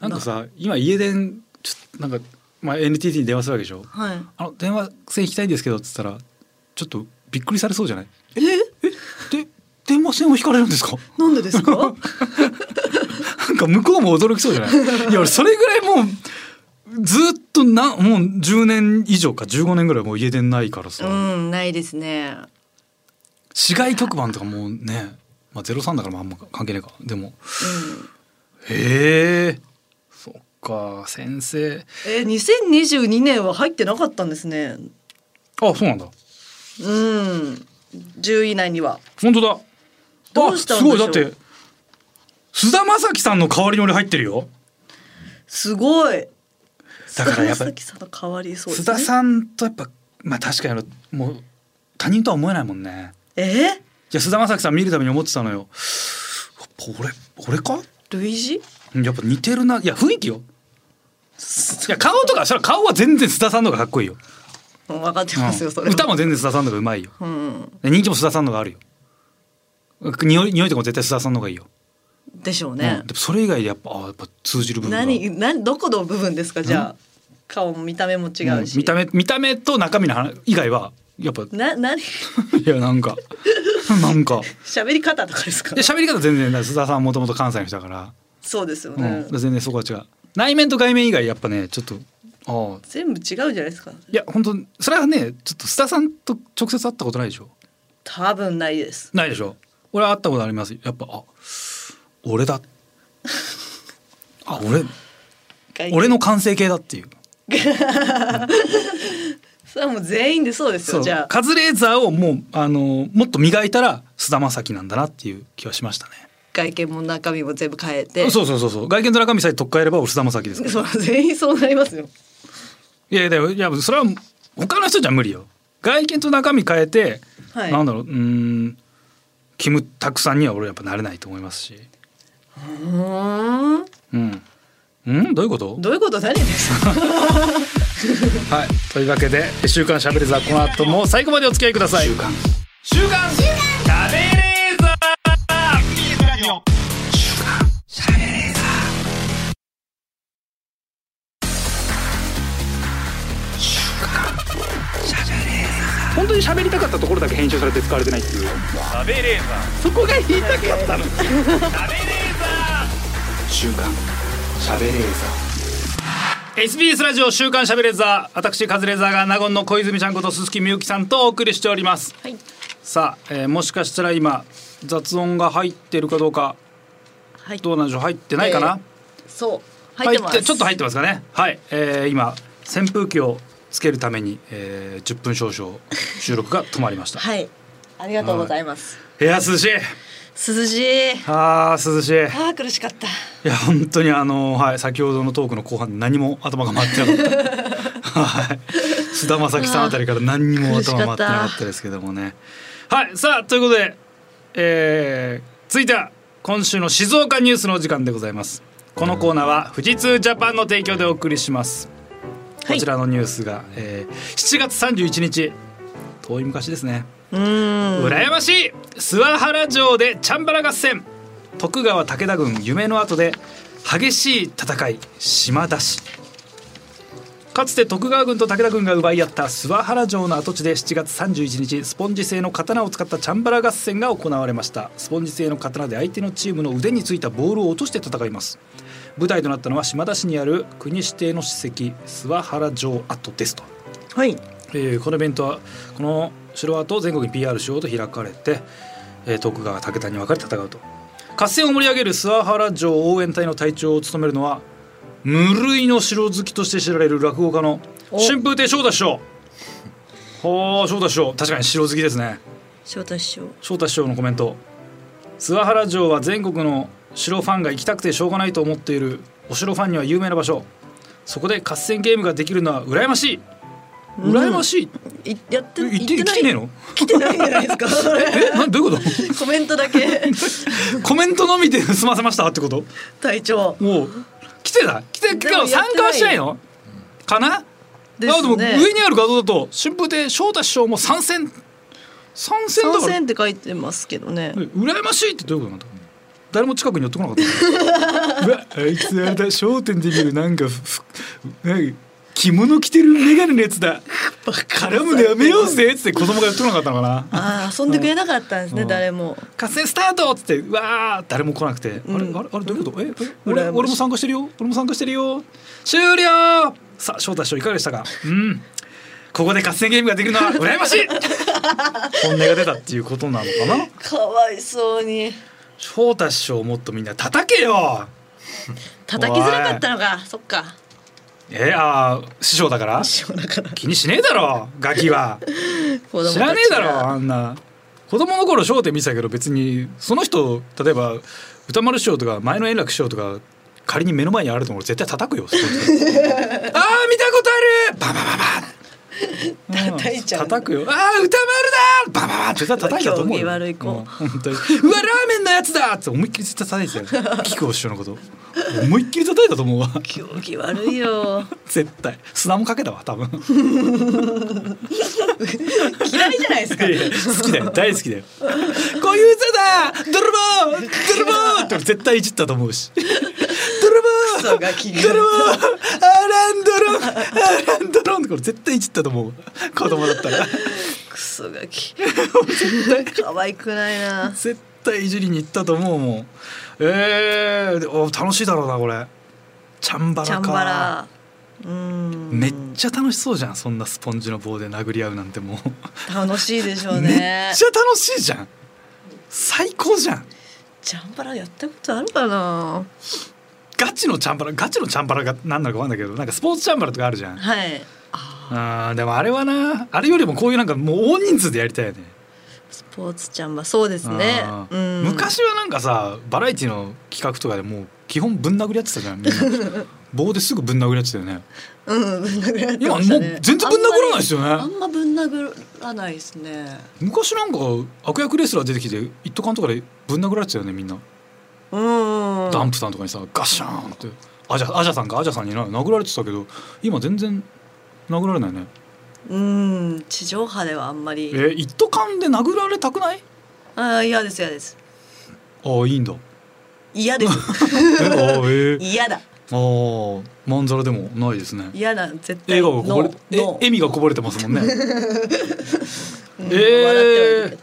S2: なんかさ今家電ちょっとなんか、まあ、NTT に電話するわけでしょ
S4: はい
S2: あの電話線引きたいんですけどっつったらちょっとびっくりされそうじゃない
S4: え
S2: で電話線を引かれるんですか
S4: なんでですか
S2: なんか向こうも驚きそうじ ゃないいや俺それぐらいもうずっとなもう10年以上か15年ぐらいもう家電ないから さ、
S4: うんないですね
S2: 市外局番とかもうね、まあ、03だからまああんま関係ないかでもへえそっか先生
S3: えー、2022年は入ってなかったんですね。
S2: あそうなんだ
S3: うん。10位以内には。
S2: 本当だ
S3: どうしたんでしょう
S2: あすごいだって須田まさきさんの代わりに俺入ってるよ
S3: すごい。
S2: だからやっぱ
S3: 菅田将暉さんの代わりそうです
S2: 須
S3: ね。
S2: 田さんとやっぱまあ確かにもう他人とは思えないもんね
S3: え
S2: いや須田まさきさん見るために思ってたのよやっぱ俺俺か
S3: ー、類似？
S2: やっぱ似てるないや雰囲気よいや顔とかそれは顔は全然須田さんの方がかっこいいよ、
S4: うん分かって
S2: うん
S4: ますよ、それは。
S2: 歌も全然須田さんの方がうまいよ
S4: うん、
S2: で人気も須田さんの方があるよ匂い匂いとかも絶対須田さんの方がいいよ、
S4: でしょう
S2: うん
S4: ね。
S2: でもそれ以外でやっぱあやっぱ通じる部分が
S3: 何何どこの部分ですかじゃあ。顔も見た目も違うし。
S2: ん見た目見た目と中身の話以外はやっぱ い
S3: な何
S2: やなんかなんか
S3: 喋り方とかですか
S2: で？喋り方全然だ須田さんもともと関西の人だから、
S3: そうですよ
S2: う
S3: ね。
S2: ん、全然そこは違う内面と外面以外やっぱねちょっとああ
S3: 全部違うじゃないですか。
S2: いや本当それはねちょっと須田さんと直接会ったことないでしょ
S3: 多分ないです。
S2: ないでしょ俺は会ったことありますやっぱあ俺 だあ俺俺の完成形だっていう
S3: それはもう全員でそうです
S2: そ
S3: よ
S2: う
S3: じゃあ。
S2: カズレーザーをもうあのもっと磨いたら菅田将暉なんだなっていう気はしましたね
S4: 外見も中身も全部変えて。
S2: そうそうそうそう外見と中身さえ取っ換えれば俺菅田将暉ですから
S3: そう全員そうなりますよ。
S2: いやいやいやそれは他の人じゃ無理よ外見と中身変えて、
S3: はい
S2: なんだろううーんキムタクさんには俺やっぱなれないと思いますし
S3: うーん。
S2: うんうんどういうこと
S3: どういうこと何で すか。
S2: はいというわけで「週刊しゃべれーこの後も最後までお付き合いください
S1: 週刊本当に喋りたかったところだけ編集されて使われてないっていう喋れーそこが言いたかったの喋れー週刊喋れー
S2: SBS ラジオ週刊しゃべれーザー私カズレーザーが納言の小泉ちゃんこと鈴木みゆきさんとお送りしております、
S4: はい
S2: さあ、えーもしかしたら今雑音が入ってるかどうか
S4: はい
S2: どうなんでしょう入ってないかな、
S4: そう入ってます。
S2: ちょっと入ってますかねはい、えー今扇風機をつけるために、えー10分少々収録が止まりました
S4: はい。ありがとうございます。
S2: いや涼しい
S4: 涼しい。
S2: あー涼しい
S4: ああ苦しかった。
S2: いや本当にあのはい先ほどのトークの後半何も頭が回ってなか った。はい。菅田将暉さんあたりから何にも頭回ってなかったですけどもね。はいさあということで、えー、続いては今週の静岡ニュースのお時間でございます。このコーナーは富士通ジャパンの提供でお送りします。こちらのニュースが、えー、7月31日遠い昔ですね。羨ましい諏訪原城でチャンバラ合戦徳川武田軍夢の後で激しい戦い島田市かつて徳川軍と武田軍が奪い合った諏訪原城の跡地で7月31日スポンジ製の刀を使ったチャンバラ合戦が行われましたスポンジ製の刀で相手のチームの腕についたボールを落として戦います舞台となったのは島田市にある国指定の史跡諏訪原城跡ですと
S3: はい。
S2: えーこのイベントはこの城跡を全国に PR しようと開かれて、えー徳川武田に分かれて戦うと合戦を盛り上げる諏訪原城応援隊の隊長を務めるのは無類の城好きとして知られる落語家の春風亭昇太師匠ほう昇太師匠確かに城好きですね
S4: 翔太師匠。
S2: 翔太師匠のコメント諏訪原城は全国の城ファンが行きたくてしょうがないと思っているお城ファンには有名な場所そこで合戦ゲームができるのは羨ましい羨ましい、
S4: いやって
S2: え行って
S4: 行って
S2: 来
S4: な
S2: て
S4: い
S2: ねえの
S4: 来てないんじゃない ですか。
S2: えなどういうこと
S4: コメントだ け
S2: コメントのみで済ませましたってこと
S3: 隊長。
S2: もう来てない来て
S4: で
S2: け
S4: もや
S2: ど
S4: ってない
S2: 参加はしないのかな
S3: で
S2: あでも
S3: すね。
S2: 上にある画像だと春風亭昇太師匠も参戦参戦だ
S3: 参
S2: から
S3: 戦って書いてますけどね。
S2: 羨ましいってどういうことなんだ誰も近くに寄ってこなかった うわあいつあれだ商店で見るなんかふふなんか着物着てるメガネのやつだ絡むのやめようぜっつって子供が寄ってこなかったのかな
S3: ああ遊んでくれなかったんですね、
S2: うん
S3: 誰も。
S2: 合戦スタートっつってうわー誰も来なくて、あれあれあれどういうことええ俺
S3: 羨ましい
S2: 俺も参加してるよ俺も参加してるよ終了さあ翔太師匠いかがでしたかうんここで合戦ゲームができるのは羨まし い本音が出たっていうことなのかな
S3: かわいそうに。
S2: 翔太師匠をもっとみんな叩けよ
S4: 叩きづらかったのかそっか
S2: えー、あー師匠だから
S4: しょうがなかった
S2: 気にしねえだろガキは
S4: 子供たち
S2: 知
S4: が
S2: らねえだろあんな子供の頃『笑点』見てたけど別にその人例えば歌丸師匠とか前の円楽師匠とか仮に目の前にあると俺絶対叩くよそ いつあー見たことあるババ ババ
S3: 叩いちゃう
S2: 叩くよあー歌丸だバババ絶対叩いたと思うよ
S4: 興味悪い子
S2: うん本当にうわラーメンのやつだって思いっきり絶対叩いてたよ木久扇師匠のこと思いっきり叩いたと思うわ
S4: 行儀悪いよ
S2: 絶対砂もかけたわ多分
S3: 嫌いじゃないですか
S2: いや好きだよ大好きだよこういう歌だ泥棒泥棒って俺絶対いじったと思うし泥棒
S3: そうが気
S2: 泥
S3: が
S2: 棒アランドロンアランドロンってこれ絶対いじったと思う子供だったら
S4: クソガキ可愛くないな
S2: 絶対いじりに行ったと思うもんえー、でお楽しいだろうなこれチャンバラ
S4: チ
S2: か
S4: ャンバラうん
S2: めっちゃ楽しそうじゃんそんなスポンジの棒で殴り合うなんてもう
S3: 楽しいでしょう
S2: め
S3: ね
S2: っちゃ楽しいじゃん最高じゃん
S4: チャンバラやったことあるかな
S2: ガチのチャンバラガチのチャンバラが何なのか分かんないけどなんかスポーツチャンバラとかあるじゃん
S4: はい
S2: あーでもあれはなあれよりもこういうなんかもう大人数でやりたいよね
S4: スポーツチャンバラそうですね
S2: あ
S4: う
S2: ー
S4: ん
S2: 昔はなんかさバラエティの企画とかでもう基本ぶん殴り合ってたじゃんみん な棒ですぐぶん殴り合ってたよね
S4: うんぶん殴られて
S2: 今も
S4: ま
S2: う
S4: したね
S2: 全然ぶん殴らないですよ
S3: あん
S2: ね
S3: まぶん殴らないですね
S2: 昔なんか悪役レスラー出てきて一斗缶とかでぶん殴られてたよねみんな、
S3: うん
S2: ダンプさんとかにさガシャーンってアジャアジャさんかアジャさんにな殴られてたけど今全然殴られないね
S3: うん
S4: 地上波ではあんまり
S2: え一斗缶で殴られたくない
S4: ああ嫌です嫌です
S2: ああいいんだ。
S4: 嫌です
S2: えああええ
S4: 嫌だ
S2: ああまんざらでもないですね。
S4: 嫌だ絶対
S2: 笑顔がこぼれ
S4: ノー
S2: え
S4: ノー
S2: 笑みがこぼれてますもんね。
S4: うん
S2: え
S4: 笑ってはいるけ
S2: え
S4: ど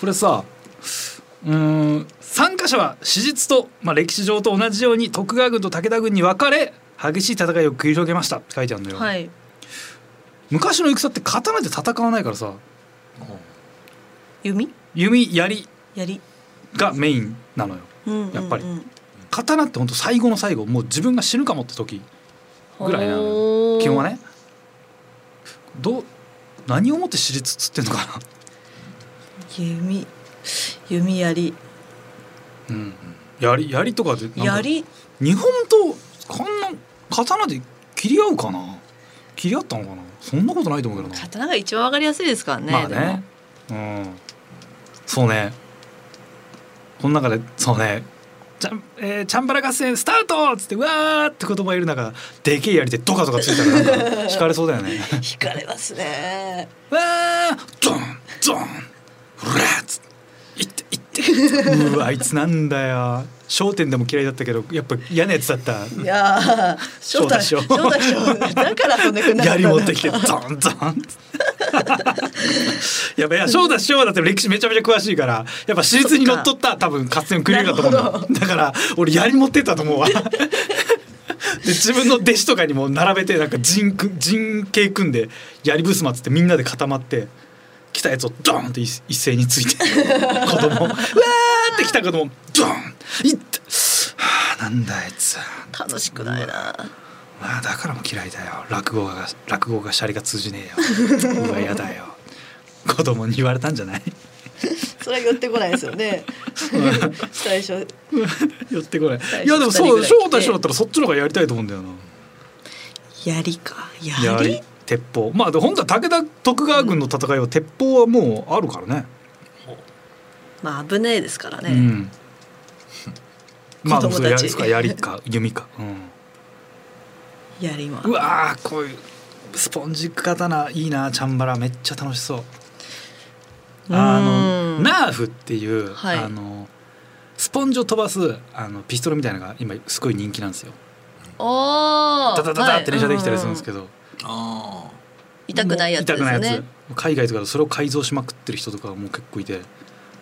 S2: これさ。うーん参加者は史実と、まあ、歴史上と同じように徳川軍と武田軍に分かれ激しい戦いを繰り広げましたって書いてあるのよ、
S4: はい
S2: 昔の戦って刀で戦わないからさ
S4: 弓
S2: 弓槍
S4: 槍
S2: がメインなのよ
S4: うんうんうん
S2: やっぱり刀って本当最後の最後もう自分が死ぬかもって時ぐらいなのよ
S4: ほー
S2: 基本はねどう何をもって私立っつってんのかな、
S4: 弓弓槍
S2: うん、槍槍とかでなんか
S4: 槍
S2: 日本とこんな刀で切り合うかな切り合ったのかなそんなことないと思うけどな、
S4: 刀が一番わかりやすいですからね
S2: まあねうんそうねこの中でそうねチャン、えーチャンバラ合戦スタートっつってうわーって言葉いる中でけえ槍でドカドカついたらなんか引かれそうだよね
S4: でも惹かれますね
S2: わあドンドンフラッツいっていってうわあいつなんだよ商店でも嫌いだったけどやっぱ嫌なやつだった
S3: いやー 翔太
S2: 翔
S3: 翔
S2: 太
S3: 太
S2: 翔
S3: 翔だからそんなくなったん
S2: 槍
S3: だ
S2: 持ってきてドンドン やっぱいや翔太師匠だって歴史めちゃめちゃ詳しいからやっぱ史実にのっとった多分合戦を繰り広げたと
S3: なる
S2: 思うんだだから俺槍持ってったと思 うわで自分の弟子とかにも並べてなんか陣組陣形組んで槍ブスマつってみんなで固まって来たやつをドーンって一一斉について子 供うわーって来た子供ドーンいってはあなんだあいつ
S4: 楽しくないな
S2: まあだからもう嫌いだよ落語が落語がシャリが通じねえようわやだよ子供に言われたんじゃない
S3: それは寄ってこないですよね最初
S2: 寄ってこない
S3: 最初
S2: いやでもそう
S3: 二人
S2: 翔
S3: ぐらい来て
S2: 太師匠だったらそっちの方がやりたいと思うんだよな
S4: 槍か
S2: 槍
S4: 槍
S2: 鉄砲まあでも本当は武田徳川軍の戦いは鉄砲はもうあるからね
S4: まあ危ねえですから
S2: う
S4: ね
S2: んまあ
S4: 子
S2: で
S4: 供
S2: も
S4: たち
S2: それやりか槍か弓かうん
S4: 槍は
S2: うわーこういうスポンジ刀いいなチャンバラめっちゃ楽しそうあの
S4: うん
S2: ナーフっていう、
S4: はい
S2: あのスポンジを飛ばすあのピストルみたいなのが今すごい人気なんですよ
S4: おー
S2: ダダダダって連射できたりするんですけ
S4: ど
S2: ど、
S5: あ
S4: 痛くないやつです
S2: もう
S4: よ
S2: 痛くないや
S4: ね
S2: つ海外とかでそれを改造しまくってる人とかも結構いて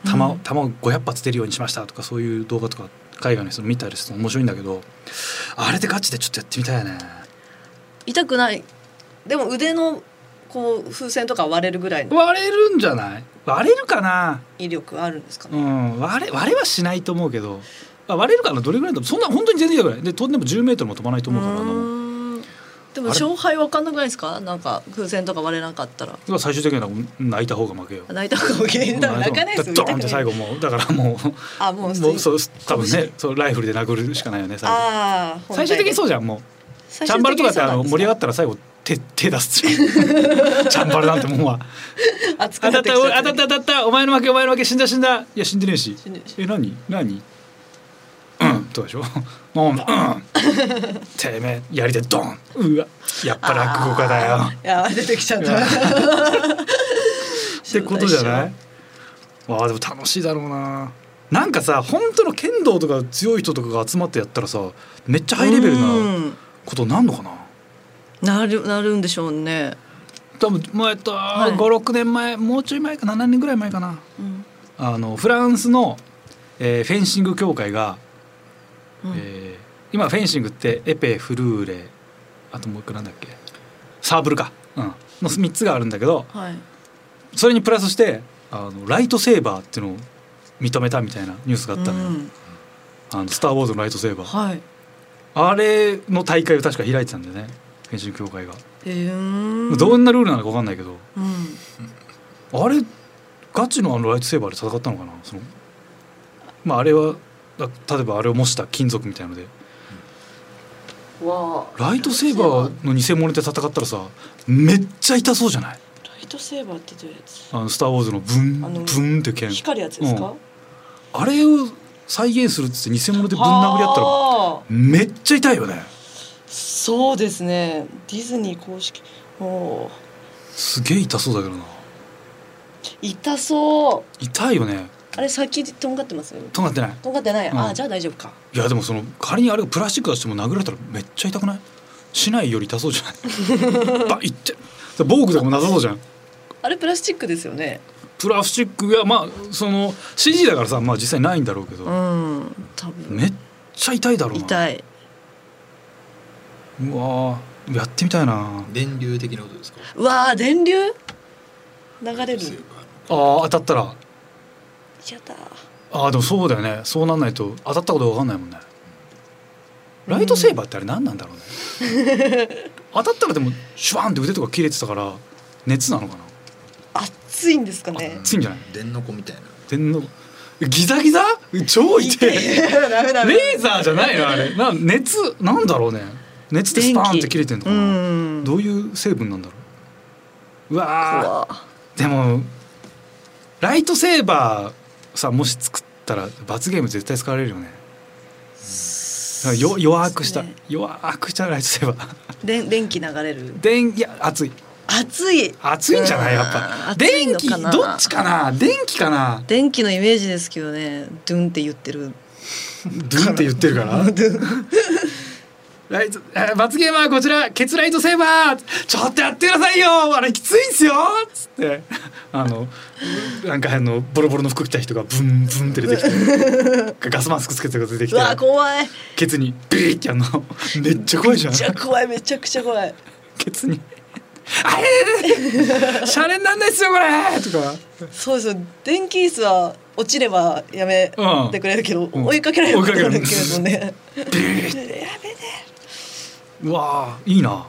S2: 弾,、
S4: うん
S2: 弾を500発出るようにしましたとかそういう動画とか海外の人見たりすると面白いんだけどあれでガチでちょっとやってみたいね
S4: 痛くない
S3: でも腕のこう風船とか割れるぐらいの
S2: 割れるんじゃない割れるかな
S3: 威力あるんですかね
S2: うん割れ割れはしないと思うけどあ割れるかなどれぐらいだそんな本当に全然痛くないで飛んでも10メートルも飛ばないと思うからあんなもんだ
S4: うーんでも
S2: あれ
S4: 勝敗わかんなくないですかなんか風船とか割れなかったら
S2: から最終的には泣いた方が負けよ
S4: 泣いた方が受け入れたら泣かないですよ
S2: ドーンって最後もうだからもう
S4: あもう
S2: もうそう多分ね
S4: 拳
S2: そうライフルで殴るしかないよね最後
S3: ああ
S2: 最終的にそうじゃんもうチャンバルとかってあの盛り上が
S4: っ
S2: ったら最後手手出すじゃ んチャンバルなんてもんは
S4: て熱く
S2: 当
S4: な
S2: た
S4: っ
S2: ってた
S4: きち
S2: お
S4: ゃ
S2: 当たった当たったお前の負けお前の負け死んだ死んだいや死んでねえし
S3: 死んでねえし
S2: え何何うんどうで しょうもううんてめえやりでドンうわやっぱ落語家だよ
S3: いや出てきちゃった
S2: ってことじゃないわあでも楽しいだろうななんかさ本当の剣道とか強い人とかが集まってやったらさめっちゃハイレベルな
S4: うん
S2: ことになんのかな
S4: なるなるんでしょうね、
S2: 多分もうえっと、
S4: い
S2: 56年前もうちょい前か7年ぐらい前かな
S4: うん
S2: あのフランスの、えーフェンシング協会が、
S4: うん
S2: えー今フェンシングってエペフルーレあともう一個なんだっけサーブルか、うん、の3つがあるんだけど
S4: はい
S2: それにプラスしてあのライトセーバーっていうのを認めたみたいなニュースがあったのよ、
S4: うん
S2: あのスター・ウォーズのライトセーバー
S4: はい
S2: あれの大会を確か開いてたんだよねフェンシング協会が、
S4: えー、
S2: どんなルールなのか分かんないけど
S4: うん
S2: あれガチのあのライトセーバーで戦ったのかなそのまああれはだ例えばあれを模した金属みたいので
S4: わあ
S2: ライトセーバーの偽物で戦ったらさめっちゃ痛そうじゃない
S3: ライトセーバーってどういうやつ
S2: あの「スター・ウォーズ」のブン
S3: あの
S2: ブンって剣
S3: 光るやつですか、
S2: うんあれを再現するっつって偽物でぶん殴り合ったら
S3: はあ
S2: めっちゃ痛いよね
S3: そうですねディズニー公式おー
S2: すげえ痛そうだけどな
S3: 痛そう
S2: 痛いよね
S3: あれ先とんがってます
S2: とんがってない
S3: とんがってない、
S2: うん
S3: ああじゃあ大丈夫か
S2: いやでもその仮にあれがプラスチックだとしても殴られたらめっちゃ痛くないしないより痛そうじゃない バッいって防具とかもなさそうじゃん
S3: あれプラスチックですよね
S2: プラスチックがまあその CG だからさまあ実際ないんだろうけど、
S4: うん多分
S2: めっちゃ痛いだろうな
S4: 痛いう
S2: わーやってみたいな
S5: 電流的なことですか
S3: うわあ電流流れる
S5: そういえば
S2: あー当たったら
S3: やだ
S2: あーでもそうだよねそうなんないと当たったこと分かんないもんねライトセーバーってあれ何なんだろうね 当たったらでもシュワンって腕とか切れてたから熱なのかな
S3: 熱いんですかね
S2: 熱いんじゃない
S5: 電の子みたいな
S2: 天皇ギザギザ超痛い
S3: ダメダ
S2: レーザーじゃないのあれな熱なんだろうね熱でスパーンって切れてんのか
S4: う
S2: な、
S4: ん
S2: どういう成分なんだろうう
S4: う
S2: わ
S4: わあ
S2: ーでもライトセーバーさもし作ったら罰ゲーム絶対使われるよねだからよ弱くした、
S3: そうですね
S2: 弱くしたライトセーバー
S3: で電気流れる
S2: 電いや熱い
S3: 熱い
S2: 熱いんじゃないやっ
S4: あー
S2: ぱ
S4: 熱い
S2: 電
S4: の
S2: 気
S4: かな
S2: どっちかな電気かな
S4: 電気のイメージですけどねドゥンって言ってる
S2: ドゥンって言ってる から。ライトえー罰ゲームはこちらケツライトセーバーちょっとやってくださいよあれきついんすよつってあのなんかあのボロボロの服着た人がブンブンって出てきてガスマスクつけてる人が出てき
S4: うわ
S2: て
S4: 怖い
S2: ケツにビリってやんのめっちゃ怖いじゃん
S3: めっちゃ怖いめちゃくちゃ怖い
S2: ケツに「あれシャレになんないっすよこれ!」とか
S3: そうですよ電気椅子は落ちればやめ
S2: うん
S3: てくれるけど、
S2: うん
S3: 追いかけられる
S2: 追いかけられる
S3: けれどね
S2: ビリッうわーいいな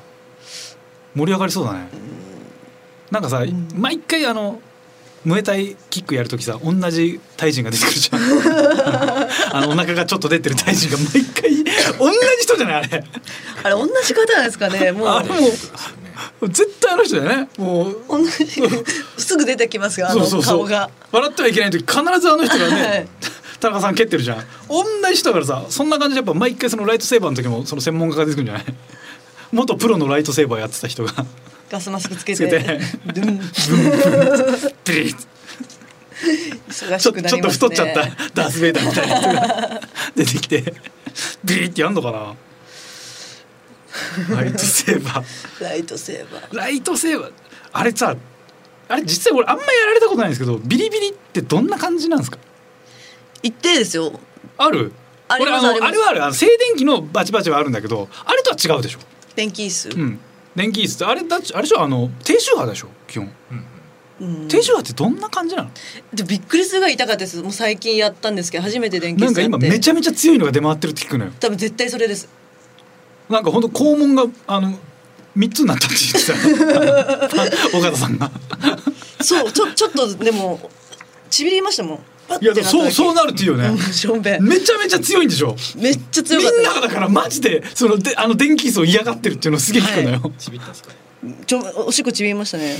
S2: 盛り上がりそうだねなんかさ、毎回あのムエタイキックやるときさ同じタイ人が出てくるじゃん あのお腹がちょっと出てるタイ人が毎回同じ人じゃないあれ
S3: あれ同じ方なんですかねも
S2: あ
S3: う
S2: れもう絶対あの人だよねもう
S3: 同じすぐ出てきますよあの顔が
S2: 笑ってはいけない時必ずあの人がね、
S3: はい
S2: 田中さん蹴ってるじゃん同じ人だからさそんな感じでやっぱ毎回そのライトセーバーの時もその専門家が出てくるんじゃない元プロのライトセーバーやってた人が
S3: ガスマスクつけ
S2: つけ
S3: て
S2: て
S3: ドゥン
S2: ピリッ
S3: 忙
S2: ち
S3: し
S2: ょ
S3: くな
S2: ちょっと
S3: りますね
S2: 太っちゃ ったダース・ベイダーみたいな人が出てきてビリってやんのか なライトセーバー
S3: ライトセーバー
S2: ライトセーバーあれさあれ実際俺あんまやられたことないんですけどビリビリってどんな感じなんですか
S4: 一定ですよ
S2: ある
S4: あり
S2: 俺
S4: ま
S2: あ
S4: す
S2: の
S4: あります
S2: あれはあるあの静電気のバチバチはあるんだけどあれとは違うでしょ
S3: 電気椅子、
S2: うん電気椅子ってあれだっちあれでしょあの低周波でしょ基本
S5: うんうん
S3: うん
S2: 手話ってどんな感じなの？
S3: でびっくりするぐらい痛かったですもう最近やったんですけど初めて電気
S2: なん
S3: 室
S2: か
S3: やって
S2: 今めちゃめちゃ強いのが出回ってるって聞くのよ。
S3: 多分絶対それです
S2: なんか本当肛門があの三つになったって言ってたよ。岡田さんが。
S3: そうちょ ちょっとでもちびりましたもんパッ
S2: いや
S3: て
S2: で
S3: な
S2: も
S3: っただ
S2: そう
S3: け
S2: そうなるっていうよ
S3: うん
S2: ね。
S3: しょんべん
S2: めちゃめちゃ強いんでしょ。
S3: めっちゃ
S2: み
S3: 強
S2: ん
S3: かった
S2: ながだからマジでそのであの電気椅子を嫌がってるっていうのをすげえ聞くのよ。
S5: ちびったんですか。
S3: ちょおしっこちびりましたね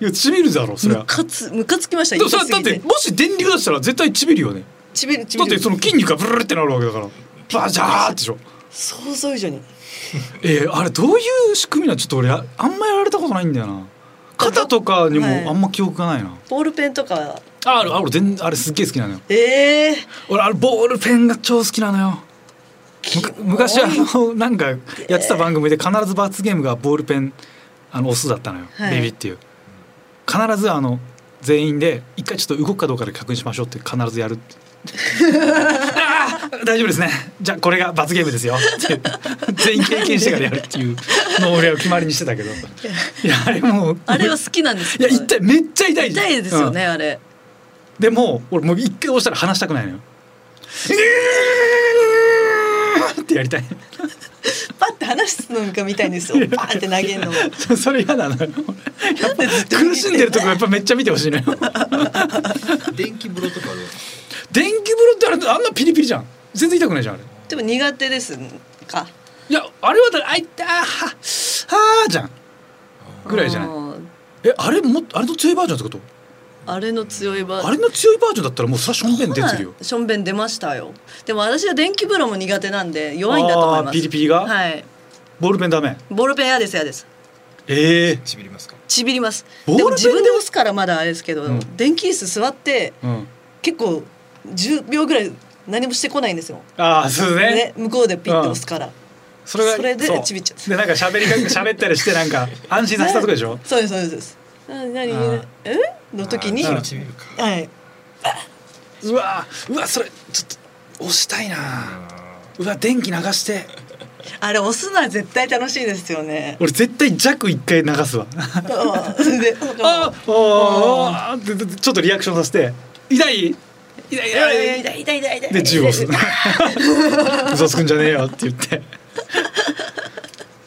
S2: いやちびるだろそれ
S3: ム
S2: は。
S3: カつムカつきました
S2: でもそ
S3: 痛
S2: れ
S3: す
S2: だっ
S3: ぎて
S2: てもし電流出したら絶対ちびるよね。
S3: ちびるち
S2: だ
S3: び
S2: っ
S3: る
S2: てその筋肉がブルルってなるわけだから。バジャーってでしょ。
S3: 想像以上に
S2: えー、あれどういう仕組みなのちょっと俺ああんまやられたことないんだよな肩とかにも
S3: はい
S2: あんま記憶がないな、
S3: ボールペンとか
S2: ああるある全あれすっげえ好きなのよ
S3: ええ
S2: 俺あれボールペンが超好きなのよむか昔あのなんかやってた番組で必ず罰ゲームがボールペンあのオスだったのよ、
S3: はい
S2: ベビーっていう必ずあの全員で一回ちょっと動くかどうかで確認しましょうって必ずやる あー大丈夫ですねじゃあこれが罰ゲームですよって全員経験してからやるっていうのを俺は決まりにしてたけどいやあれもう
S4: あれは好きなんです
S2: い
S4: け
S2: や
S4: ど
S2: 痛いめっちゃ痛いじゃん
S4: 痛いですよね、あれ
S2: でも俺もう一回押したら離したくないのよ。ってやりたい。
S3: パッて話すのかみたいですよパーンって投げるの も
S2: それ嫌なのよ。
S3: なんでずっと
S2: 苦しんでるとこやっぱめっちゃ見てほしい のよ。
S5: 電気風呂とかで。
S2: 電気風呂ってあれあんなピリピリじゃん。全然痛くないじゃんあれ。
S3: でも苦手ですか
S2: いやあれはだあいたははーじゃんぐらいじゃない。
S4: い
S2: えあれもっとあれの強いバージョンってこと？
S4: あれの強い場
S2: あれの強いバージョンだったらもうさしょんべん出てるよ。
S3: しょんべん出ましたよでも私は電気風呂も苦手なんで弱いんだと思い
S2: あ
S3: ま
S2: ー
S3: す
S2: ピリピリが
S3: はい
S2: ボールペンダメ。
S3: ボールペン嫌です嫌です
S2: ええ
S5: ちびりますか。
S3: ちびります
S2: ボール
S3: で
S2: ペン
S3: も自分で押すからまだあれですけど、
S2: うん
S3: 電気椅子座って
S2: うん。
S3: 結構10秒ぐらい何もしてこないんですよ、
S2: ああそうね。
S3: ね、向こうでピッて押すから、
S2: それが
S3: それで
S2: う
S3: ちびっちゃった
S2: でなんか喋りかけ喋ったりしてなんか安心させたとこでしょ
S3: そうですそうですそうですな何
S2: あ
S3: えの時に
S5: あー
S3: は
S5: ちびるか。
S3: いう
S2: わうわそれちょっと押したいな
S5: あ
S2: うわ電気流して
S3: あれ押すのは絶対楽しいですよね
S2: 俺絶対弱一回流すわ あ
S3: うん で
S2: ああーででちょっとリアクションさせて痛い痛い痛い
S3: 痛い痛い痛い痛い
S2: で銃を押す嘘つくんじゃねえよって言って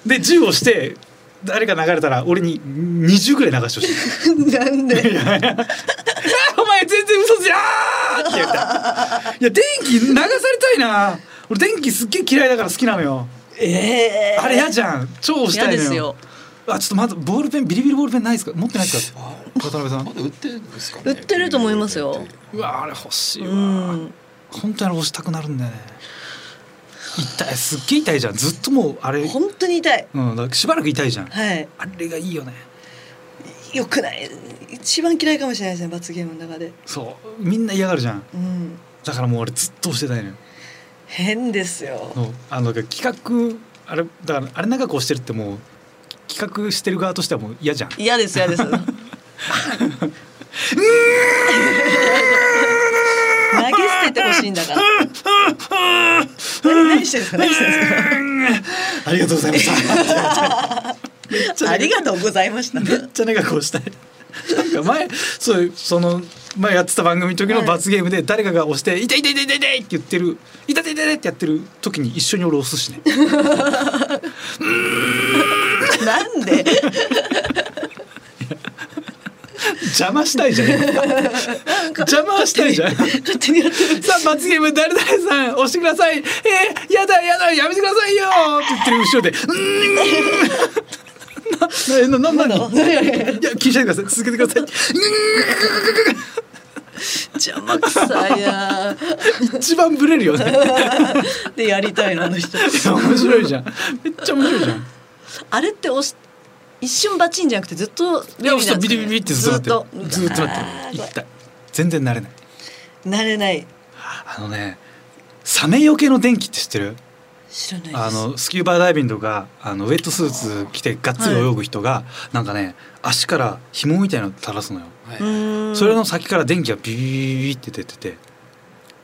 S2: で銃をして誰か流れたら俺に20ぐらい流してほしい
S3: なんで
S2: あ ーお前全然嘘じゃーって言ったいや電気流されたいな俺電気すっげえ嫌いだから好きなのよ
S3: ええ
S2: あれ嫌じゃん超押し
S4: 嫌
S2: た
S4: で
S2: いのよ
S4: すよ
S2: あちょっとまずボールペンビリビリボールペンないですか持ってないですか渡辺さ
S5: ーま
S2: ん
S5: だ売ってるんですか、
S4: 売
S5: ね。
S4: ってると思いますよ
S2: うわあれ欲しいうわ
S3: ん
S2: 本当にあれ押したくなるんだよね痛いすっげえ痛いじゃんずっともうあれ、
S3: 本当に痛い
S2: うん、だからしばらく痛いじゃん
S3: はい
S2: あれがいいよね
S3: よくない一番嫌いかもしれないですね罰ゲームの中で
S2: そうみんな嫌がるじゃん
S3: うん
S2: だからもう俺ずっと押してたいのよ
S3: 変ですよ
S2: のあのだから企画あれだからあれ長く押してるってもう企画してる側としてはも う嫌じゃん
S4: 嫌です嫌です
S3: 投げ捨ててほしいんだから何何してるんですか何してるんです か
S2: ありがとうございました
S3: ありがとうございました。
S2: めっちゃ長く押したいなんか前そうその前やってた番組の時の罰ゲームで誰かが押して「痛い痛い痛い痛い痛い」って言ってる「痛い痛い痛い痛い」ってやってる時に一緒に俺押すしね
S3: なんで
S2: 邪魔したいじゃん邪魔はしたいじゃん
S3: 勝手にやってる。
S2: さあ罰ゲーム誰々さん押してくださいえー、やだやだやめてくださいよって言ってる後ろでうーんなななな何いや気にしないでください続けてください
S4: 邪魔くさいな
S2: 一番ブレるよね
S3: でやりたいのあの人。
S2: 面白いじゃんめっちゃ面白いじゃん
S4: あれって押し一瞬バチンじゃなくてずっと
S2: いや
S4: ビリビリなですかね
S2: そうんビリビリビリってずっとなってるず
S4: ず
S2: っ
S4: っ
S2: と
S4: と
S2: なってる痛い全然慣れない
S3: 慣れない。
S2: あのねサメよけの電気って知ってる
S3: 知らないです。
S2: あのスキューバーダイビングとかあのウェットスーツ着てがっつり泳ぐ人が、なんかね足から紐みたいなの垂らすのよ、
S5: はい。
S3: うーん
S2: それの先から電気がビビビビビって出てて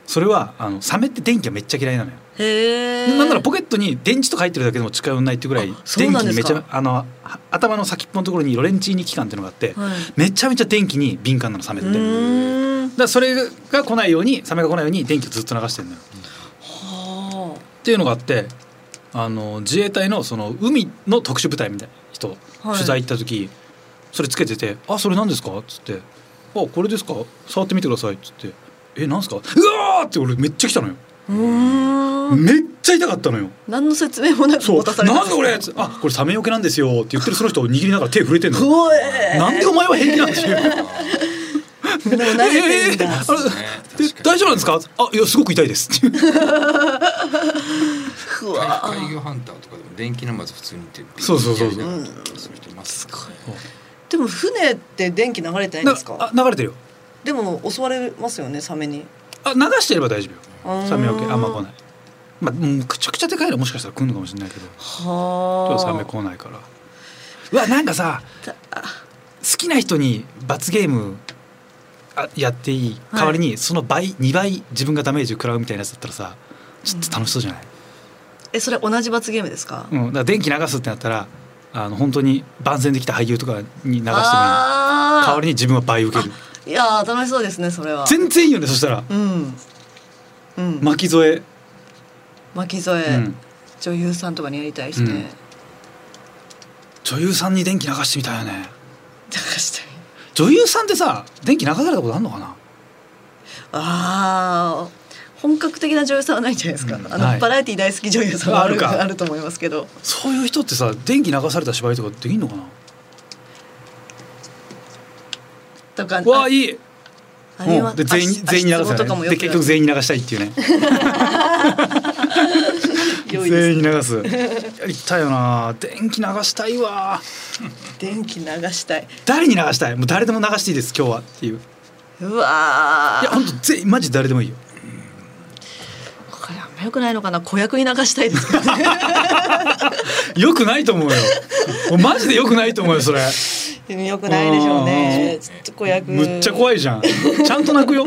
S2: それはあのサメって電気がめっちゃ嫌いなのよ
S4: へえ。
S2: なんならポケットに電池とか入ってるだけでも近寄んないっていうぐらい
S4: あそう
S2: 電
S4: な
S2: 気
S4: んで
S2: に
S4: す
S2: め
S4: か
S2: ちゃあのは頭の先っぽのところにロレンチーニ器官っていうのがあって、
S4: はい
S2: めちゃめちゃ電気に敏感なのサメっ
S4: う
S2: て。だか
S4: ーん。
S2: らそれが来ないようにサメが来ないように電気をずっと流してるのよ。
S4: は
S2: っていうのがあってあの自衛隊のその海の特殊部隊みたいな人、
S4: はい
S2: 取材行った時それつけてて「あそれ何ですか?」っつって「あこれですか触ってみてください」っつって「えなんですかうわ!」って俺めっちゃ来たのよ、
S4: あ。うーん。
S2: めっちゃ痛かったのよ。
S4: 何の説明もなく
S2: そう
S4: 持た
S2: 「
S4: された。
S2: なんでこれ!」っつって「あこれサメよけなんですよ」って言ってるその人を握りながら手震えてんの。
S4: 怖え。
S2: なんでお前は平気なんですよ。
S4: でも慣れてるん
S2: えー
S4: だ。
S2: あれで大丈夫なんですか。あ、いや、すごく痛いです。
S4: ふわ
S5: 海海魚ハンターとかでも電気ナマズ普通にって
S2: そうそうそうそう
S5: ビンってやりながらそういう人いますね
S3: でも船って電気流れてないんです
S2: な
S3: か
S2: あ、流れてるよ。
S3: でも襲われますよねサメに
S2: あ、流してれば大丈夫
S3: うー
S2: よ。
S3: ん
S2: サメよけ、あんま来ない。まあ、うんくちゃくちゃでかいのもしかしたら来るのかもしれないけど。今
S4: は
S2: 日
S4: あ。
S2: サメ来ないから。うわ、なんかさ。好きな人に罰ゲーム。あ、やっていい。代わりに、その倍、二倍、自分がダメージを食らうみたいなやつだったらさ。ちょっと楽しそうじゃない。
S4: え、それ同じ罰ゲームですか。
S2: うん、だから電気流すってなったら。あの本当に番宣できた俳優とかに流してもいい
S4: ああ。
S2: 代わりに自分は倍受ける
S4: いやー楽しそうですねそれは。
S2: 全然いいよねそしたら
S4: うん。うん。
S2: 巻き添
S4: 巻き添
S2: え、
S4: え、
S2: うん、
S4: 女優さんとかにやりたいですね。
S2: うん女優さんに電気流してみたいよね
S4: 流したい。
S2: 女優さんってさ電気流されたことあんのかな
S4: ああ。本格的な女優さんはないんじゃないですか。
S2: うん
S4: あの、
S2: はい
S4: バラエティ大好き女優さんはある
S2: あるか
S4: あると思いますけど。
S2: そういう人ってさ電気流された芝居とかできんのかな
S4: とか。
S2: わあ
S4: あ
S2: いい
S4: ありま
S2: うんで全員
S4: あ
S2: 全員に流
S4: 足
S2: さ
S4: つぼとか
S2: な
S4: も
S2: い
S4: よく
S2: で結局全員に流したいっていうね
S3: 良いで
S2: 全
S3: す
S2: 員に流すやりたいよな電気流したいわ
S3: 電気流したい
S2: 誰に流したいもう誰でも流していいです今日はっていう
S4: うわ
S2: いや
S4: ー
S2: 本当全員マジ誰でもいいよ
S4: これあんま良くないのかな子役に流したいですけどね
S2: よくないと思うよもうマジでよくないと思うよそれ
S3: よくないでしょうねちょっと子役
S2: むっちゃ怖いじゃんちゃんと泣くよ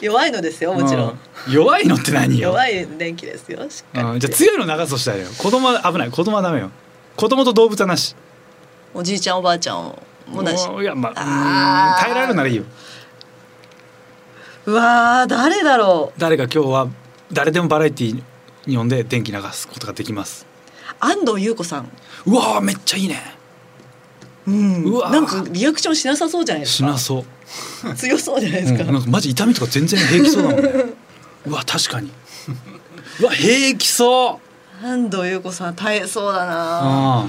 S3: 弱いのですよもちろん
S2: うん弱いのって何よ
S3: 弱い電気ですよしっか
S2: うん
S3: り
S2: じゃあ強いの流すとしたらよ子供は危ない子供はダメよ子供と動物はなし
S4: おじいちゃんおばあちゃんをもなし
S2: もういやま
S4: あー
S2: あうん耐えられるならいいよ
S3: うわー誰だろう
S2: 誰か今日は誰でもバラエティーに呼んで電気流すことができます
S4: 安藤優子さん
S2: うわーめっちゃいいね
S3: うん
S2: うわー
S3: なんかリアクションしなさそうじゃないです
S2: し
S3: か
S2: なそう、
S3: 強そうじゃないで
S2: う
S3: す
S2: ん、
S3: か、
S2: なんかマジ痛みとか全然平気そうだもんね うわ確かにうわ平気そう
S4: 安藤優子さん耐えそうだな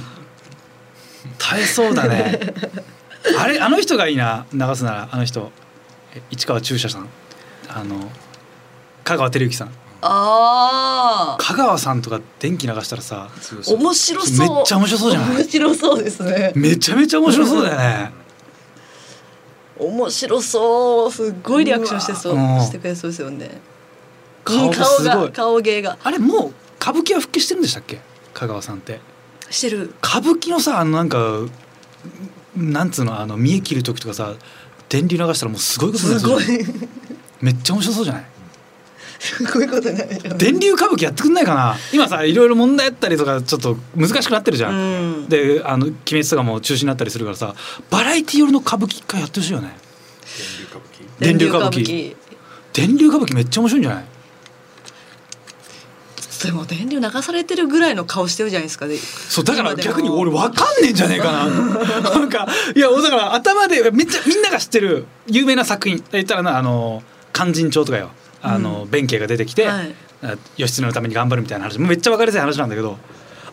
S2: うん耐えそうだねあれあの人がいいな流すならあの人え市川中車さんあの香川照之さん
S4: あー
S2: 香川さんとか電気流したらさ
S5: 強そう
S4: 面白そう
S2: めっちゃ面白そうじゃない
S4: 面白そうですね
S2: めちゃめちゃ面白そうだよね
S4: 面白そうすっごいリアクションしてそう
S2: うわうん
S4: してくれそうですよね
S2: 顔
S4: うん
S2: がす
S4: 顔
S2: ご
S4: が
S2: い
S4: 顔芸が
S2: あれもう歌舞伎は復帰してるんでしたっけ香川さんって
S4: してる
S2: 歌舞伎のさあのなんかなんつうのあの見え切る時とかさ電流流したらもうすごいことにな
S4: す
S2: るじゃん
S4: ごい
S2: めっちゃ面白そうじゃない
S4: すごいことになるよね
S2: 電流歌舞伎やってくんないかな今さいろいろ問題あったりとかちょっと難しくなってるじゃ、
S4: うんん
S2: であの「鬼滅」とかも中止になったりするからさバラエティ寄りの歌舞伎一回やってほしいよね
S5: 電流歌舞伎
S2: 電流歌
S4: 電流
S2: 舞伎
S4: 歌
S2: 電流歌舞伎めっちゃ面白いんじゃない
S4: 伎でも電流流されてるぐらいの顔してるじゃないですかで
S2: そうだから
S4: 今でも
S2: 逆に俺わかんねえんじゃねえかな なんかいやだから頭でめっちゃみんなが知ってる有名な作品言ったらなあの勧進帳とかよあの、弁慶が出てきて、
S4: はい
S2: あ義経のために頑張るみたいな話もうめっちゃ分かりやすい話なんだけど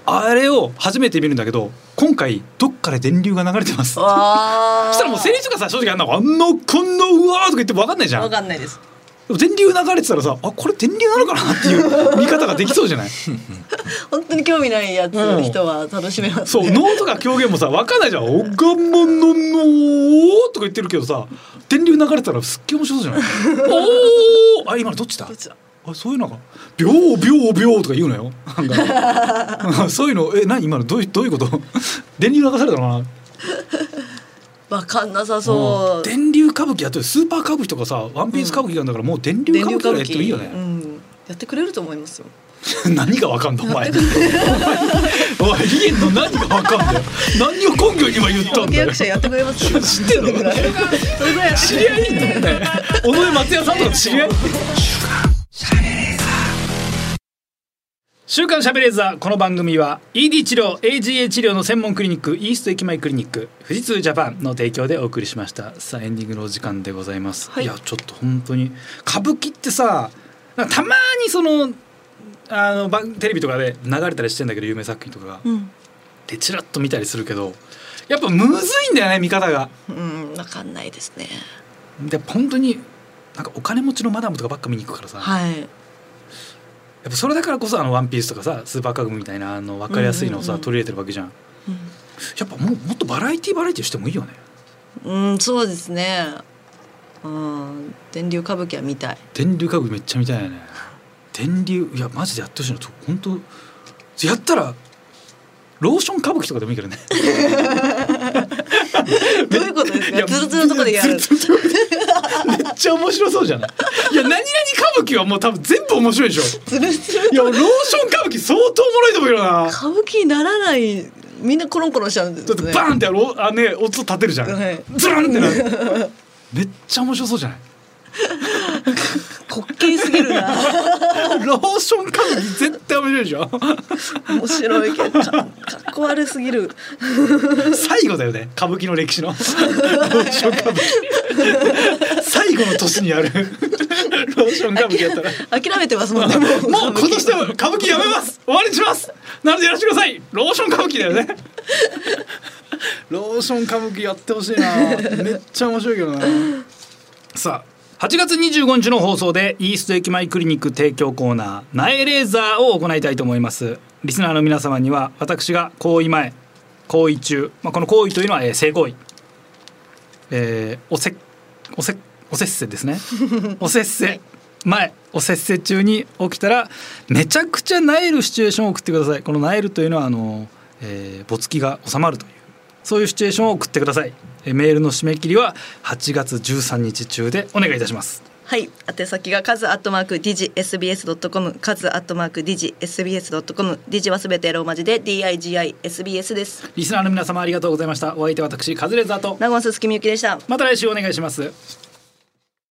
S2: あれを初めて見るんだけど今回どっかで電流が流れてますそ
S4: わあ
S2: したらもうセリフとかさ正直あんなあんなこんなうわーとか言って分かんないじゃ
S3: わ
S2: んで
S3: かんないです
S2: も電流流れてたらさあこれ電流なのかなっていう見方ができそうじゃない
S4: 本当に興味ないやつ、
S2: うん
S4: 人は楽しめます
S2: そう
S4: ね
S2: 能とか狂言もさ分かんないじゃん「おがまののー」とか言ってるけどさ電流流れてたらすっげえ面白そうじゃないおーあ今のどっちだ
S4: どっちだ
S2: あそういうのか「秒秒秒」とか言うのよなんかそういうのえ何今のどういうどういうこと電流流されたのかな
S4: わかんなさそう
S2: う、ん電流歌舞伎やってるスーパー歌舞伎とかさワンピース歌舞伎なんだからもう電流歌舞伎やってもいいよね、
S4: うん
S3: やってくれると思いますよ。
S2: 何がわかんのお前お前理恵の何がわかんだよ何を根拠に今言ったんだ
S3: 契
S2: よ
S3: 約者やってくれますよ。
S2: 知ってんの
S3: それぐらいやって
S2: 知り合いいんだよね尾上松也さんとか知り合い週刊シャベレーザーこの番組は ED 治療 AGA 治療の専門クリニックイースト駅前クリニック富士通ジャパンの提供でお送りしましたさあエンディングのお時間でございます、
S3: はい
S2: い、やちょっと本当に歌舞伎ってさなんかたまにそのあの番テレビとかで流れたりしてんだけど有名作品とかが
S3: うん、
S2: でチラッと見たりするけどやっぱむずいんだよね見方が。
S3: うん、わかんないですね。
S2: で本当になんかお金持ちのマダムとかばっか見に行くからさ、や
S3: はい。
S2: っぱそれだからこそあの「ワンピースとかさスーパーカグみたいなあの分かりやすいのをさ、
S3: うんうんうん
S2: 取り入れてるわけじゃん
S3: う
S2: やっぱもうもっとバラエティバラエティしてもいいよね
S3: ん、うん、そうですね。うん、電流歌舞伎は 見たい。
S2: 電流家具めっちゃ見たいよね電流いやマジでやってほしいのと本当やったらローション歌舞伎とかでもいいけどね
S3: どういうことです
S2: いや
S3: か。ツルツルのとこで やる。
S2: ツルツルめっちゃ面白そうじゃないいや何々歌舞伎はもう多分全部面白いでしょ
S3: ツルツル。
S2: いやローション歌舞伎相当おもろいと思うよな
S3: 歌舞伎にならない。みんなコロンコロンしちゃうんです
S2: だ
S3: よ
S2: って
S3: ね。
S2: バーンってやろあね音立てるじゃん、
S3: はい
S2: ズランってなるめっちゃ面白そうじゃない
S3: 滑稽すぎるな。
S2: ローション歌舞伎絶対面白いでしょ
S3: 面白いけど、かかっこ悪すぎる。
S2: 最後だよね歌舞伎の歴史のローション歌舞伎最後の年にやるローション歌舞伎やったら
S3: 諦めてますもんね。も う
S2: もう今年では歌舞伎やめます終わりにしますなのでやらせてくださいローション歌舞伎だよね ローション歌舞伎やってほしいなめっちゃ面白いけどなさあ8月25日の放送でイースト駅前クリニック提供コーナー苗レーザーを行いたいと思いますリスナーの皆様には私が行為前行為中、まあ、この行為というのは、えー性行為、えーおせおせおせっせですねおせっせ前おせっせ中に起きたらめちゃくちゃなえるシチュエーションを送ってくださいこのなえるというのはあの、えー、ぼつきが収まるというそういうシチュエーションを送ってくださいえーメールの締め切りは8月13日中でお願いいたします
S3: はい、宛先がカズアットマークディジ SBS ドットコム、カズアットマークディジ SBS ドットコム、ディジはすべてローマ字で D I G I S B S です。
S2: リスナーの皆様ありがとうございましたお相手は私カズレーザーと
S3: 名古屋鈴木みゆきでした。
S2: また来週お願いします